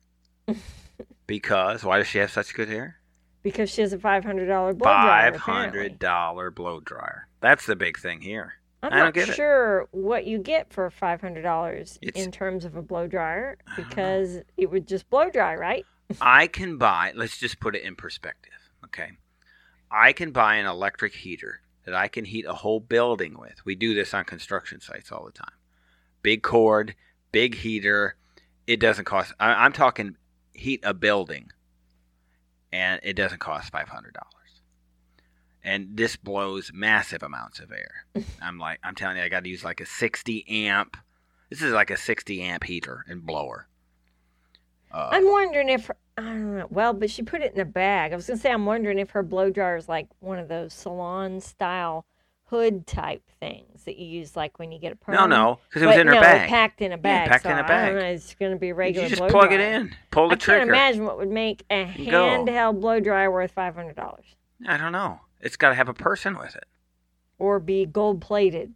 Speaker 1: because why does she have such good hair?
Speaker 2: Because she has a five hundred dollar blow dryer.
Speaker 1: Five
Speaker 2: apparently.
Speaker 1: hundred dollar blow dryer. That's the big thing here.
Speaker 2: I'm
Speaker 1: I don't
Speaker 2: not
Speaker 1: get it.
Speaker 2: sure what you get for five hundred dollars
Speaker 1: It's-
Speaker 2: in terms of a blow dryer
Speaker 1: I don't know.
Speaker 2: because it would just blow dry, right?
Speaker 1: I can buy. Let's just put it in perspective, okay? I can buy an electric heater that I can heat a whole building with. We do this on construction sites all the time. Big cord, big heater. It doesn't cost. I, I'm talking heat a building, and it doesn't cost five hundred dollars. And this blows massive amounts of air. I'm like, I'm telling you, I got to use like a 60 amp. This is like a 60 amp heater and blower. Uh,
Speaker 2: I'm wondering if I don't know. Well, but she put it in a bag. I was gonna say I'm wondering if her blow dryer is like one of those salon style hood type things that you use like when you get a perm.
Speaker 1: No, no, because it was
Speaker 2: But
Speaker 1: in her
Speaker 2: no,
Speaker 1: bag.
Speaker 2: packed in a bag.
Speaker 1: packed
Speaker 2: so
Speaker 1: in a
Speaker 2: I
Speaker 1: bag.
Speaker 2: don't know, it's gonna be a
Speaker 1: you
Speaker 2: regular.
Speaker 1: just
Speaker 2: blow
Speaker 1: plug it
Speaker 2: dryer.
Speaker 1: in, pull the
Speaker 2: I can't
Speaker 1: trigger.
Speaker 2: imagine what would make a
Speaker 1: You go.
Speaker 2: handheld blow dryer worth five hundred dollars
Speaker 1: I don't know. It's got to have a person with it,
Speaker 2: or be gold plated.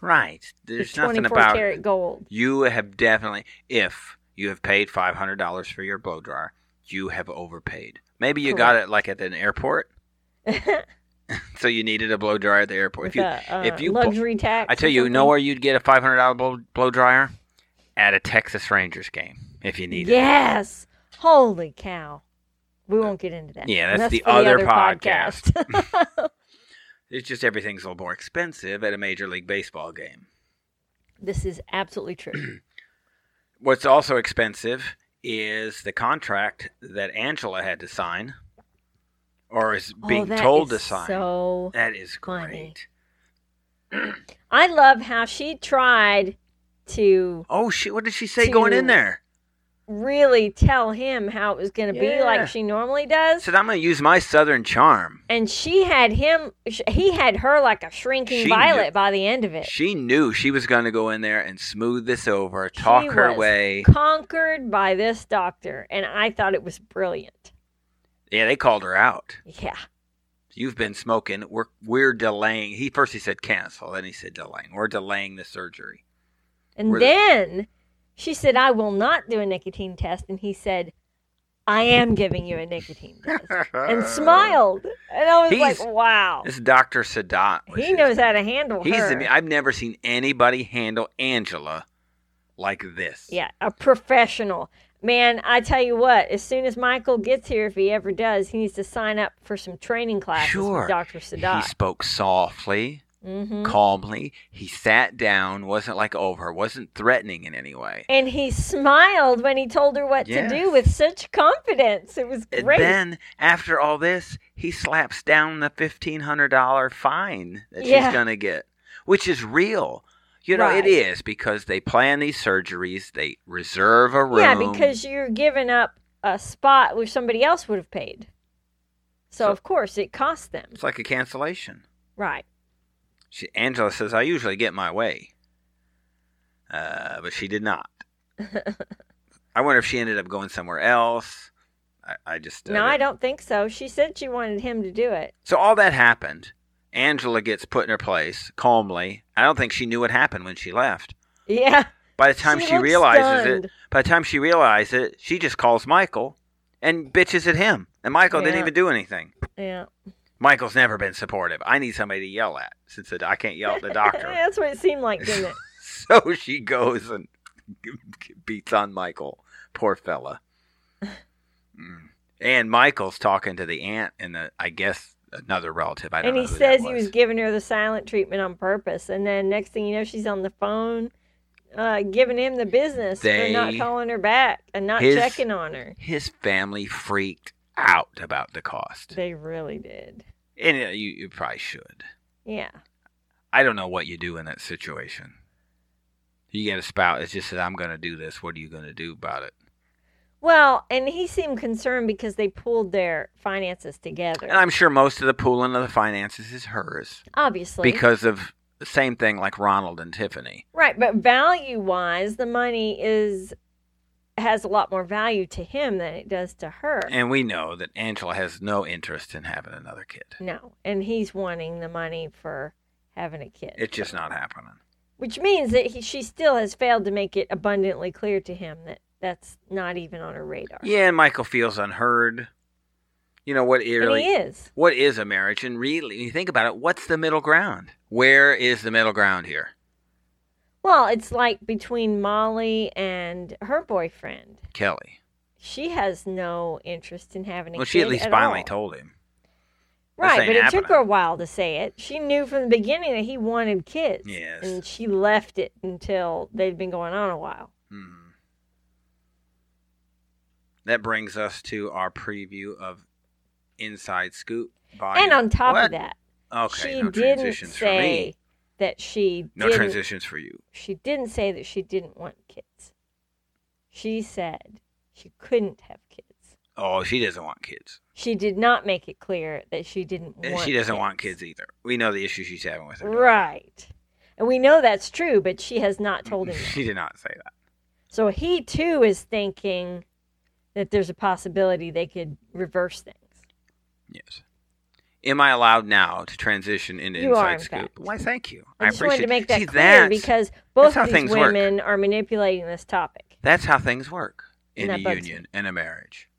Speaker 1: right? There's
Speaker 2: twenty
Speaker 1: nothing
Speaker 2: four
Speaker 1: about
Speaker 2: karat gold.
Speaker 1: you have definitely. If you have paid five hundred dollars for your blow dryer, you have overpaid. Maybe you got
Speaker 2: Correct.
Speaker 1: it like at an airport, so you needed a blow dryer at the airport.
Speaker 2: with
Speaker 1: if you,
Speaker 2: a, uh,
Speaker 1: if you, bu-
Speaker 2: luxury tax.
Speaker 1: I tell
Speaker 2: or
Speaker 1: you,
Speaker 2: something.
Speaker 1: know where you'd get a five hundred dollar blow, blow dryer at a Texas Rangers game if you needed. it.
Speaker 2: Yes. Holy cow. We won't get into that.
Speaker 1: Yeah, that's the
Speaker 2: for
Speaker 1: other
Speaker 2: podcast.
Speaker 1: It's just everything's a little more expensive at a Major League Baseball game.
Speaker 2: this is absolutely true.
Speaker 1: What's also expensive is the contract that Angela had to sign, or is
Speaker 2: oh,
Speaker 1: being
Speaker 2: that
Speaker 1: told
Speaker 2: is
Speaker 1: to sign.
Speaker 2: So
Speaker 1: that is
Speaker 2: funny.
Speaker 1: great.
Speaker 2: I love how she tried to
Speaker 1: Oh shit! What did she say going in
Speaker 2: To-
Speaker 1: there?
Speaker 2: really tell him how it was going to be
Speaker 1: Yeah.
Speaker 2: like she normally does.
Speaker 1: Said I'm going to use my southern charm.
Speaker 2: and she had him, sh- he had her like a shrinking
Speaker 1: She knew-
Speaker 2: violet by the end of it.
Speaker 1: She knew she was going to go in there and smooth this over,
Speaker 2: She
Speaker 1: talk her
Speaker 2: was
Speaker 1: way.
Speaker 2: Conquered by this doctor. And I thought it was brilliant.
Speaker 1: Yeah, they called her out.
Speaker 2: Yeah.
Speaker 1: You've been smoking. We're we're delaying. He first he said cancel, then he said delaying. We're delaying the surgery.
Speaker 2: And
Speaker 1: Were they-
Speaker 2: then she said, I will not do a nicotine test. And he said, I am giving you a nicotine test. And smiled. And I was
Speaker 1: He's-
Speaker 2: like, wow.
Speaker 1: This is Dr. Sadat. was
Speaker 2: He
Speaker 1: his
Speaker 2: knows how to handle
Speaker 1: He's
Speaker 2: her.
Speaker 1: the, I've never seen anybody handle Angela like this.
Speaker 2: yeah, a professional. Man, I tell you what, as soon as Michael gets here, if he ever does, he needs to sign up for some training classes
Speaker 1: Sure.
Speaker 2: with Dr.
Speaker 1: He
Speaker 2: Sadat.
Speaker 1: spoke softly,
Speaker 2: hmm
Speaker 1: calmly. He sat down, wasn't like over her, wasn't threatening in any way.
Speaker 2: And he smiled when he told her what to do
Speaker 1: Yes.
Speaker 2: with such confidence. It was
Speaker 1: And
Speaker 2: great.
Speaker 1: then, after all this, he slaps down the $1,500 fine that
Speaker 2: Yeah.
Speaker 1: she's going to get, which is real. You know,
Speaker 2: Right.
Speaker 1: it is because they plan these surgeries, they reserve a room.
Speaker 2: Yeah, because you're giving up a spot where somebody else would have paid. So,
Speaker 1: So-
Speaker 2: of course it costs them.
Speaker 1: it's like a cancellation.
Speaker 2: Right.
Speaker 1: She, Angela says, I usually get my way. Uh, but she did not. I wonder if she ended up going somewhere else. I, I just. uh,
Speaker 2: No, I don't think so. She said she wanted him to do it.
Speaker 1: So all that happened. Angela gets put in her place calmly. I don't think she knew what happened when she left.
Speaker 2: Yeah.
Speaker 1: By the time
Speaker 2: She
Speaker 1: she,
Speaker 2: looked
Speaker 1: realizes
Speaker 2: stunned.
Speaker 1: it, by the time she realizes it, she just calls Michael and bitches at him. And Michael
Speaker 2: Yeah.
Speaker 1: didn't even do anything.
Speaker 2: Yeah.
Speaker 1: Michael's never been supportive. I need somebody to yell at since the- I can't yell at the doctor.
Speaker 2: That's what it seemed like, didn't it?
Speaker 1: So she goes and beats on Michael. Poor fella. Mm. And Michael's talking to the aunt and the, I guess another relative. I don't
Speaker 2: and
Speaker 1: know.
Speaker 2: he
Speaker 1: who that
Speaker 2: says he was giving her the silent treatment on purpose. And then next thing you know, she's on the phone uh, giving him the business for not
Speaker 1: They-
Speaker 2: calling her back and not
Speaker 1: his-
Speaker 2: checking on her.
Speaker 1: His family freaked out about the cost,
Speaker 2: They really did.
Speaker 1: and uh, you, you probably should.
Speaker 2: Yeah.
Speaker 1: I don't know what you do in that situation. You get a spout. It's just that I'm going to do this. What are you going to do about it?
Speaker 2: Well, and he seemed concerned because they pulled their finances together.
Speaker 1: And I'm sure most of the pooling of the finances is hers
Speaker 2: obviously.
Speaker 1: because of the same thing like Ronald and Tiffany.
Speaker 2: Right, but value wise, the money is has a lot more value to him than it does to her.
Speaker 1: And we know that Angela has no interest in having another kid.
Speaker 2: no, and he's wanting the money for having a kid,
Speaker 1: It's just not happening.
Speaker 2: which means that he, she still has failed to make it abundantly clear to him that that's not even on her radar.
Speaker 1: Yeah, and Michael feels unheard. You know what
Speaker 2: and
Speaker 1: really
Speaker 2: he is.
Speaker 1: what is a marriage? And really, when you think about it, what's the middle ground? Where is the middle ground here?
Speaker 2: Well, it's like between Molly and her boyfriend.
Speaker 1: Kelly.
Speaker 2: She has no interest in having a
Speaker 1: Well,
Speaker 2: kid.
Speaker 1: she at least
Speaker 2: at
Speaker 1: finally
Speaker 2: all.
Speaker 1: told him. This
Speaker 2: Right,
Speaker 1: ain't
Speaker 2: but it took
Speaker 1: happening.
Speaker 2: her a while to say it. She knew from the beginning that he wanted kids.
Speaker 1: Yes.
Speaker 2: And she left it until they'd been going on a while.
Speaker 1: Hmm. That brings us to our preview of Inside Scoop. Volume.
Speaker 2: and on top
Speaker 1: What?
Speaker 2: of that,
Speaker 1: okay,
Speaker 2: she
Speaker 1: no
Speaker 2: didn't
Speaker 1: transitions for
Speaker 2: say
Speaker 1: me.
Speaker 2: that she
Speaker 1: No
Speaker 2: didn't,
Speaker 1: transitions for you.
Speaker 2: she didn't say that she didn't want kids. She said she couldn't have kids.
Speaker 1: Oh, she doesn't want kids.
Speaker 2: She did not make it clear that she didn't
Speaker 1: And
Speaker 2: want
Speaker 1: she doesn't want kids either. We know the issue she's having with her. daughter.
Speaker 2: Right. And we know that's true, but she has not told him. that.
Speaker 1: She did not say that.
Speaker 2: So he too is thinking that there's a possibility they could reverse things.
Speaker 1: Yes. Am I allowed now to transition into
Speaker 2: You
Speaker 1: Inside
Speaker 2: are, in
Speaker 1: Scoop?
Speaker 2: fact.
Speaker 1: Why, thank you.
Speaker 2: I,
Speaker 1: I,
Speaker 2: just
Speaker 1: appreciate
Speaker 2: wanted to make that
Speaker 1: See,
Speaker 2: clear
Speaker 1: that's-
Speaker 2: because both
Speaker 1: how
Speaker 2: of these
Speaker 1: things work.
Speaker 2: women are manipulating this topic.
Speaker 1: That's how things work in
Speaker 2: And
Speaker 1: a
Speaker 2: that bugs
Speaker 1: union and a marriage.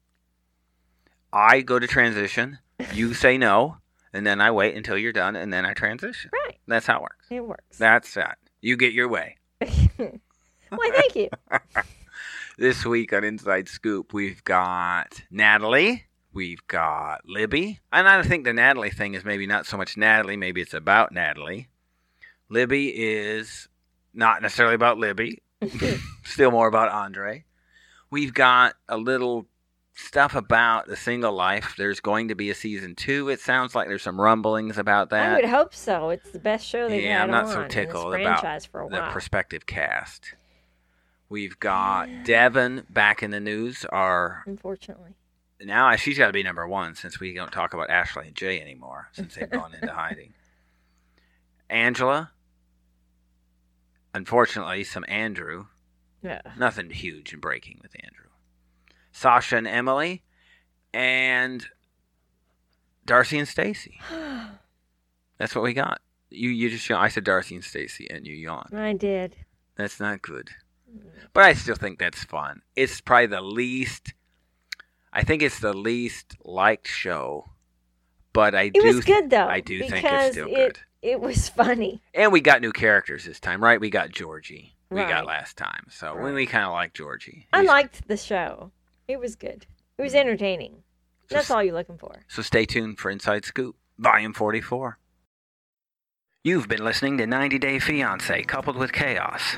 Speaker 1: I go to transition, you say no, and then I wait until you're done, and then I transition.
Speaker 2: Right.
Speaker 1: That's how it works.
Speaker 2: It works.
Speaker 1: That's that. You get your way.
Speaker 2: Why, thank you.
Speaker 1: This week on Inside Scoop, we've got Natalie, we've got Libby, and I think the Natalie thing is maybe not so much Natalie, maybe it's about Natalie. Libby is not necessarily about Libby, still more about Andre. We've got a little stuff about the single life. There's going to be a season two. It sounds like there's some rumblings about
Speaker 2: I
Speaker 1: that.
Speaker 2: would hope so. It's the best show they've
Speaker 1: Yeah,
Speaker 2: had
Speaker 1: I'm not
Speaker 2: on
Speaker 1: so tickled
Speaker 2: in this
Speaker 1: about
Speaker 2: franchise for a
Speaker 1: the
Speaker 2: while.
Speaker 1: prospective cast. We've got Devin back in the news. Our
Speaker 2: unfortunately.
Speaker 1: now she's got to be number one since we don't talk about Ashley and Jay anymore since they've gone into hiding. Angela, unfortunately, some Andrew.
Speaker 2: Yeah.
Speaker 1: Nothing huge and breaking with Andrew. Sasha and Emily, and Darcy and Stacy. That's what we got. You you just yawn. I said Darcy and Stacy, and you yawned.
Speaker 2: I did.
Speaker 1: That's not good. But I still think that's fun. It's probably the least. I think it's the least liked show, but I
Speaker 2: It
Speaker 1: do.
Speaker 2: was good though.
Speaker 1: I do think it's
Speaker 2: because
Speaker 1: still
Speaker 2: it,
Speaker 1: good.
Speaker 2: It was funny.
Speaker 1: And we got new characters this time, right? We got Georgie. We
Speaker 2: Right.
Speaker 1: got last time, so we,
Speaker 2: Right.
Speaker 1: we kind of like Georgie.
Speaker 2: I
Speaker 1: He's-
Speaker 2: liked the show. It was good. It
Speaker 1: Mm.
Speaker 2: was entertaining. That's all you're looking for.
Speaker 1: So stay tuned for Inside Scoop, Volume 44. You've been listening to 90 Day Fiancé Coupled with Chaos.